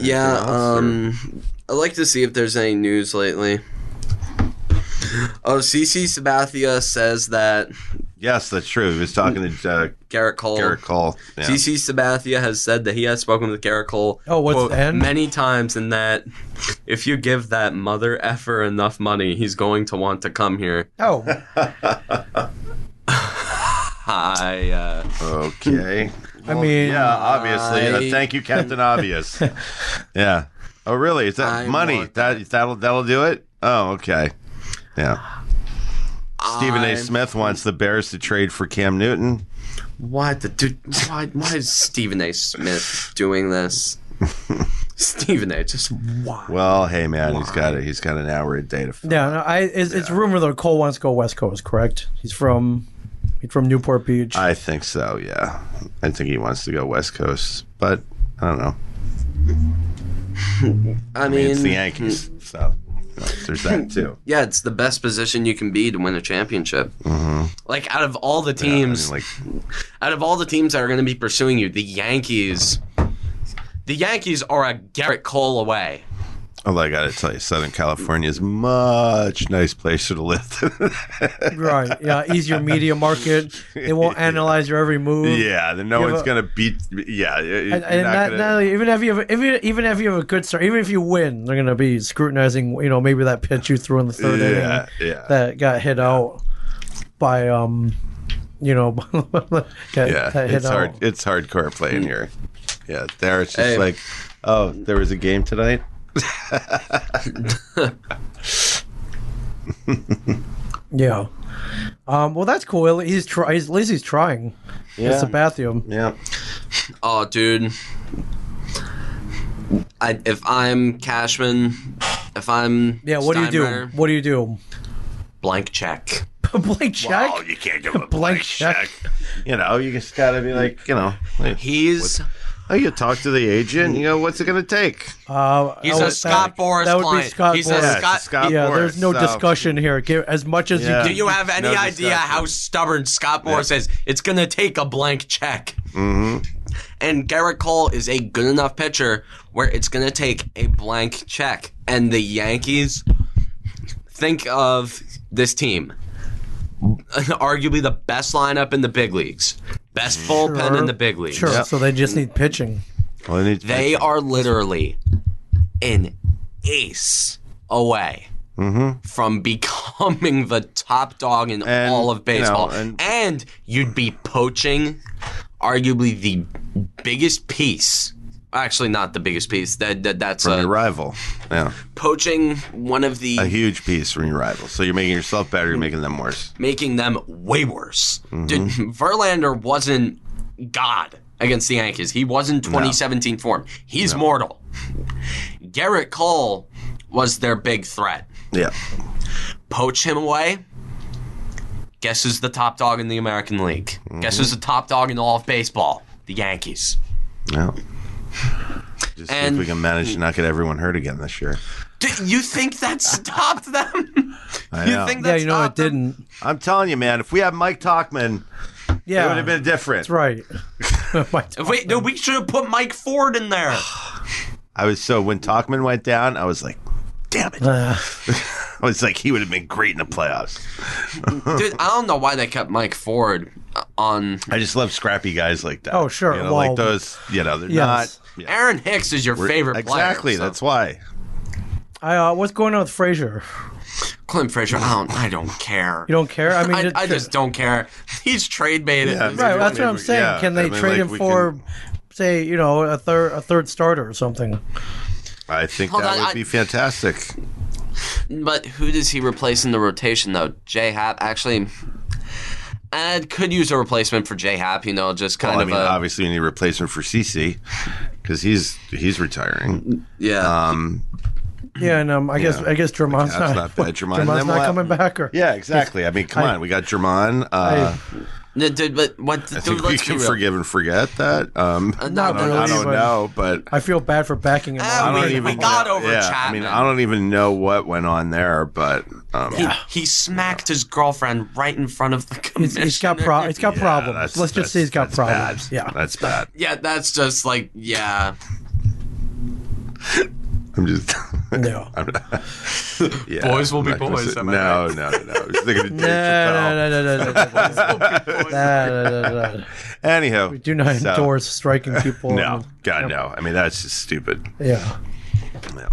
A: Yeah,
C: else, or-
A: um, I'd like to see if there's any news lately. Oh, CC Sabathia says that
C: Yes, that's true. He was talking to uh,
A: Garrett Cole.
C: Garrett Cole. Yeah.
A: CC Sabathia has said that he has spoken with Garrett Cole.
B: Oh, what's the end?
A: Many times, and that if you give that mother effer enough money, he's going to want to come here.
B: Oh,
A: I, uh,
C: Okay.
B: I mean,
C: Yeah, obviously. Uh,
A: I-
C: thank you, Captain Obvious. yeah. Oh, really? Is that
A: I
C: money?
A: want
C: That that'll that'll do it. Oh, okay. Yeah. Stephen
A: I-
C: A. Smith wants the Bears to trade for Cam Newton.
A: Why the dude? Why, why is Stephen A. Smith doing this? Stephen A. Just why?
C: Well, hey man, he's got it. He's got an hour a day to. F-
B: yeah. No, I it's, it's rumor though. Cole wants to go West Coast, correct? He's from he's from Newport Beach.
C: I think so. Yeah, I think he wants to go West Coast, but I don't know.
A: I
C: I mean,
A: mean,
C: it's the Yankees, so you know, there's that too.
A: yeah, it's the best position you can be to win a championship. Like out of all the
C: Mm-hmm. Yeah, I mean,
A: teams,
C: like
A: out of all the teams that are going to be pursuing you, the Yankees, the Yankees are a Garrett Cole away.
C: Although I gotta tell you, Southern California is much nice place to live.
B: right. Yeah. Easier media market. They won't analyze your every move.
C: yeah, then no
B: You have
C: one's
B: a-
C: gonna beat. Yeah, you're
B: And, and not,
C: not gonna-
B: not only- even if you have even even if you have a good start, even if you win, they're gonna be scrutinizing. You know, maybe that pitch you threw in the third inning.
C: yeah, yeah.
B: that got hit out by um you know, get,
C: Yeah,
B: hit
C: it's
B: home.
C: hard. It's hardcore playing here. Yeah, there it's just
A: Hey.
C: like, oh, there was a game tonight.
B: Yeah. Um, well, that's cool. He's try. He's, at least he's trying.
C: Yeah,
B: It's a bathroom.
C: yeah.
A: Oh, dude. I, if I'm Cashman, if I'm
B: Yeah. What do you
A: Steinmeier,
B: do? What do you do?
A: Blank check.
B: Blank check.
C: Oh, you can't give a
B: blank check.
C: You know, you just gotta be like, you know, like,
A: He's
C: oh, you talk to the agent. You know, what's it gonna take?
B: Uh, I
A: he's
B: would-
A: a
B: that-
A: Scott Boris
B: that would be
A: client.
B: Scott
A: he's
B: Boris.
A: a
B: Yeah,
A: Scott.
C: Scott
B: yeah,
C: Boris,
B: there's no
C: so-
B: discussion here. Give as much as
C: Yeah.
B: you
A: Do you have any
C: No
A: idea
C: discussion.
A: how stubborn Scott Moore says it's going to take a blank check? Mm-hmm. And Garrett Cole is a good enough pitcher where it's going to take a blank check. And the Yankees, think of this team. Arguably the best lineup in the big leagues, best bullpen in the big leagues.
B: can. Sure. So they just need pitching.
C: Well, need
A: They are literally an ace away from becoming the top dog in
C: Mm-hmm. And,
A: all of
C: you know,
A: baseball.
C: and-
A: and, you'd be poaching arguably the biggest piece. Actually, not the biggest piece. That, that that's
C: from
A: a,
C: your rival. Yeah,
A: poaching one of the
C: a huge piece from your rival. So you're making yourself better. You're making them worse.
A: making them way worse.
C: Mm-hmm.
A: Dude, Verlander wasn't God against the Yankees. He wasn't 2017 form. He's mortal. Garrett Cole was their big threat.
C: Yeah.
A: Poach him away. Guess who's the top dog in the American League?
C: Mm-hmm.
A: Guess who's the top dog in all of baseball? The Yankees.
C: Yeah. Just see if
A: And-
C: we can manage to not get everyone hurt again this year.
A: Do you think that stopped them?
C: I
A: you
C: know.
A: think that
B: Yeah, you know it
A: stopped them?
B: didn't.
C: I'm telling you, man. If we had Mike Talkman, it
B: Yeah,
C: would have been different.
B: that's right. My t-
A: Wait, no, we should have put Mike Ford in there.
C: I was so when Talkman went down, I was like, damn it.
B: uh,
C: I was like, he would have been great in the playoffs.
A: Dude, I don't know why they kept Mike Ford uh, on
C: I just love scrappy guys like that.
B: Oh, sure.
C: You know,
B: Well,
C: like those. You know, they're
B: yes.
C: not yeah.
A: Aaron Hicks is your favorite player.
C: exactly.
A: so-
C: That's why.
B: I, uh, what's going on with Frazier?
A: Clint Frazier. I don't. I don't care.
B: You don't care? I mean,
A: I,
B: it-
A: I just don't care. He's trade baited.
C: Yeah, I mean,
B: right.
C: Maybe-
B: That's what I'm
C: maybe-
B: saying.
C: yeah,
B: Can they
C: I mean,
B: trade
C: like,
B: him
C: we
B: for, say, you know, a third a third starter or something?
C: I think
A: Hold
C: that
A: on,
C: would
A: I-
C: be fantastic.
A: But who does he replace in the rotation though? J Hap actually. I could use a replacement for J Hap. You know, just kind
C: Well, I
A: of
C: mean,
A: a
C: obviously, we need a replacement for CC because he's he's retiring.
A: yeah.
C: Um,
B: Yeah, and um, I guess I guess Drummond's
C: that's
B: not,
C: not bad. Drummond-
B: Drummond's
C: then
B: not
C: we'll have-
B: coming back. Or,
C: yeah, exactly. I mean, come
B: I-
C: on, we got German. Uh,
A: No, dude, but what?
C: I think
A: dude,
C: we
A: let's be
C: can
A: real.
C: forgive and forget that. Um,
A: Not
C: I don't, I
B: really,
C: don't
B: but-
C: know, but
B: I feel bad for backing him.
A: Ah,
B: up.
C: I don't
A: we-
C: even
A: got
C: know-
A: over
C: I mean,
A: Chapman.
C: I don't even know what went on there, but um,
A: He, he smacked his girlfriend right in front of the
B: He's-
A: commissioner.
B: he's got pro- he's got
C: yeah,
B: problems.
C: that's-
B: Let's
C: that's-
B: just say he's got
C: that's
B: problems.
C: bad.
B: Yeah.
C: that's bad.
A: yeah, that's just like yeah.
C: I'm just.
B: No.
C: I'm not, yeah,
A: Boys will
C: I'm
A: be
C: not gonna
A: boys,
C: Say,
A: am I
C: no, no, no, no. I was thinking of Dave
B: No,
C: Chappelle.
B: no, no, no, no, no, no, no, no, no, no.
C: Anyhow,
B: Do not
C: so-
B: endorse striking people.
C: No, God, no. I mean, that's just stupid.
B: Yeah.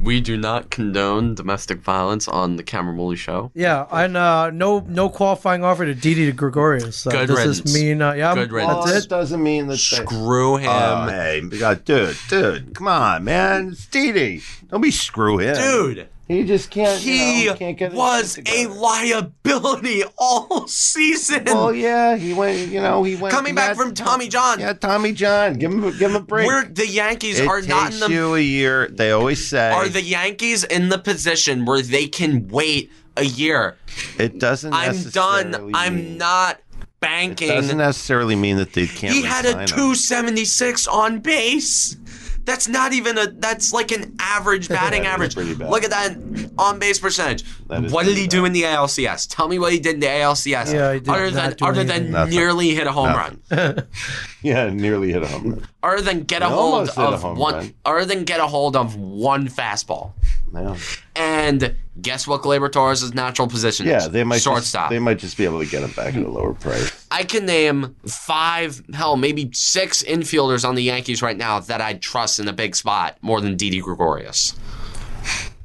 A: We do not condone domestic violence on the Cameron Woolley Show.
B: Yeah, and uh, no no qualifying offer to Didi to Gregorius. So
A: Good
B: does
A: riddance.
B: this mean uh, yeah,
A: Good riddance.
B: that's it.
C: doesn't mean that.
A: Screw him.
C: Oh, hey, God, dude, dude, come on, man, it's Didi. Don't be screw him,
A: Dude,
C: He just can't.
A: he was a liability all season.
C: Well, yeah, he went. You know, he went
A: Coming
C: he
A: back
C: had-
A: from Tommy John,
C: Yeah, Tommy John. Give him, give him a break.
A: where the Yankees
C: it
A: are
C: takes
A: not in the
C: you a year. They always say
A: are the Yankees in the position where they can wait a year.
C: it doesn't.
A: I'm done.
C: necessarily
A: I'm
C: mean-
A: not
C: Doesn't
A: banking.
C: necessarily mean that they can't.
A: He had a
C: re-sign him.
A: 276 on base. That's not even a. That's like an average batting
C: That
A: average.
C: is pretty bad.
A: Look at that on base percentage.
C: That is
A: What did
C: pretty
A: he do in the ALCS? Tell me what he did in the ALCS.
B: Yeah, he did
A: other
B: not
A: than
B: do
A: other
B: anything.
A: than
C: Nothing.
A: nearly hit a home
C: Nothing.
A: run.
C: Yeah, nearly hit a home run.
A: Other than get a
C: He
A: hold
C: almost hit a
A: of
C: home
A: one.
C: run.
A: Other than get a hold of one fastball.
C: Yeah.
A: And guess what? Gleyber Torres' natural position is
C: Yeah, they might
A: shortstop.
C: Just, they might just be able to get him back at a lower price.
A: I can name five, hell, maybe six infielders on the Yankees right now that I'd trust in a big spot more than Didi Gregorius.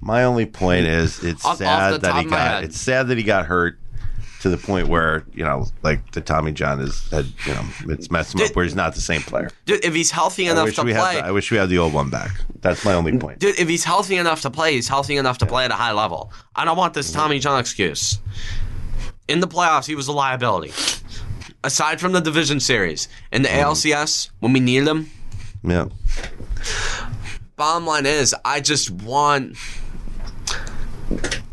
C: My only point is, it's
A: Off- off the
C: sad that
A: top
C: he
A: of my
C: got.
A: head.
C: It's sad that he got hurt. to the point where you know, like the Tommy John is had you know it's messed him up where he's not the same player.
A: Dude, if he's healthy
C: I
A: enough
C: wish
A: to
C: we had
A: play,
C: the, I wish we had the old one back. That's my only point.
A: dude, if he's healthy enough to play, he's healthy enough to play at a high level. I don't want this Tommy John excuse. In the playoffs, he was a liability. Aside from the division series, in the
C: Mm-hmm.
A: ALCS, when we needed him,
C: Yeah,
A: bottom line is I just want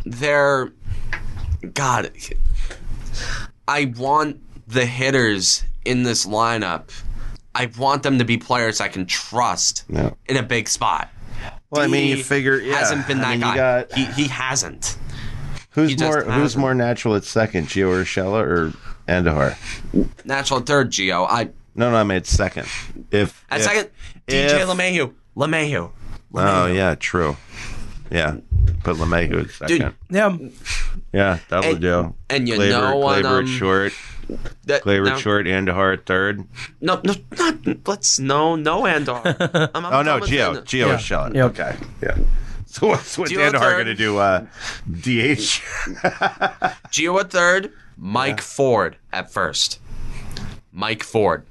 A: their God I want the hitters in this lineup. I want them to be players I can trust
C: Yeah.
A: in a big spot.
C: Well, I mean,
A: He
C: you figure yeah,
A: hasn't been that
C: I mean, you
A: guy.
C: got-
A: he, he hasn't. he
C: who's
A: just
C: more who's
A: hasn't.
C: more natural at second, Gio Urshela or Andahar?
A: Natural third, Geo. I
C: No, no, I mean it's second. If
A: at
C: if-
A: second DJ
C: if-
A: LeMahieu. LeMahieu.
C: Oh yeah, true. Yeah, put Lemayhu at second.
A: Dude,
B: Yeah.
C: yeah, that'll
A: and-
C: do.
A: and you
C: Glaber,
A: know what,
C: Glaber at
A: um,
C: short,
A: That-
C: Glaber
A: no,
C: at short, Andahar at third.
A: No, no, not, let's no, no Andor. I'm- I'm
C: Oh no,
A: done with
C: Geo,
A: Andor.
C: Geo
B: Yeah.
C: is shelling.
B: Yep.
C: Okay, yeah. So what's what
A: Gio
C: Dan Har
A: third.
C: gonna do? Uh, DH.
A: Gio at third, Mike Ford at first. Mike Ford.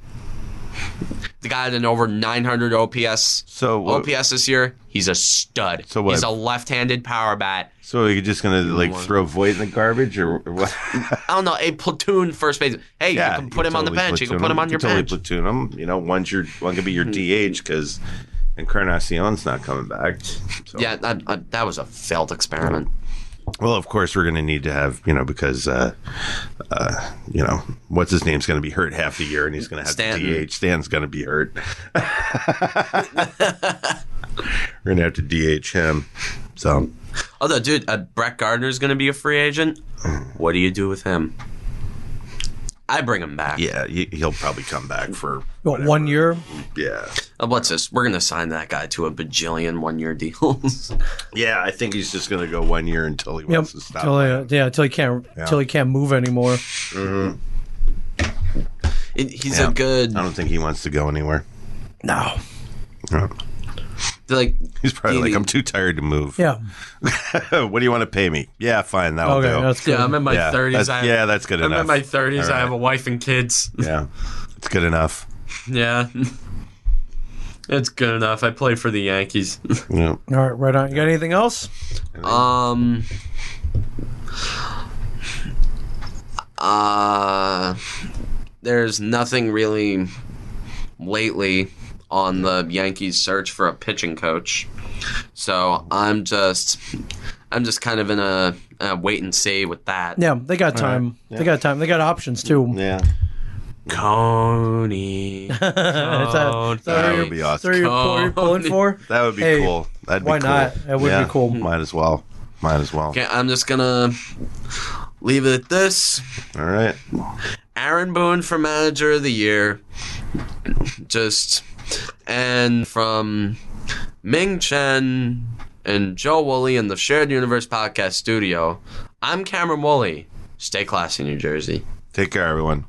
A: The guy had an over 900 OPS.
C: So what,
A: OPS this year, he's a stud.
C: So what?
A: He's a left-handed power bat.
C: so are you just gonna like
A: One.
C: throw Voight in the garbage or or what?
A: I don't know, a platoon first base. Hey, you can put him on the
C: totally
A: bench. You can
C: platoon
A: put him on your
C: totally
A: bench. Hmm.
C: platoon him. You know, one's your one could be your DH because Encarnacion's not coming back. So.
A: Yeah, that, uh, that was a failed experiment.
C: Well, of course, we're going to need to have you know because uh, uh, you know what's his name's going to be hurt half the year, and he's going to have to
A: Stanton.
C: DH. Stan's going to be hurt. we're going to have to DH him. So
A: Although, dude, uh, Brett Gardner's going to be a free agent. What do you do with him? I bring him back.
C: yeah, he- he'll probably come back for
B: What, one year.
C: yeah,
A: Uh, what's this? We're going to sign that guy to a bajillion one-year deals.
C: yeah. I think he's just going to go one year until he
B: Yep.
C: wants to stop.
B: Till, uh, yeah. Till he can't.
C: Yeah.
B: Till he can't move anymore.
A: It- he's
C: Yeah. Um,
A: a good.
C: I don't think he wants to go anywhere.
B: No.
C: Yeah.
A: Like
C: He's probably like,
A: He-
C: I'm too tired to move.
B: Yeah.
C: what do you want to pay me? Yeah, fine, that'll
B: Okay.
C: do.
B: That's good.
A: yeah, I'm in my
C: yeah,
A: 30s.
C: that's,
A: I have,
C: yeah, that's good
A: I'm
C: enough.
A: in my 30s.
C: All
A: I have
C: right.
A: a wife and kids.
C: yeah, it's good enough.
A: yeah, it's good enough. I play for the Yankees.
C: Yeah.
B: All right. Right on. You got anything else?
A: um. Uh, there's nothing really lately on the Yankees' search for a pitching coach, so I'm just, I'm just kind of in a, a wait and see with that.
B: Yeah. They got time. They got time. They got options too.
C: Yeah.
A: Coney.
B: Is
A: Oh,
B: that, is that
C: That
B: what
C: would
B: you-
C: be
B: is that what
C: awesome.
B: you're pull- you're pulling for?
C: That would be
B: Hey,
C: cool. That'd
B: why
C: be cool.
B: not? That would be cool.
C: Might as well. Might as well.
A: Okay, I'm just gonna leave it at this.
C: All right.
A: Aaron Boone for manager of the year. Just and from Ming Chen and Joe Woolley in the Shared Universe Podcast Studio. I'm Cameron Woolley. Stay classy, New Jersey.
C: Take care, everyone.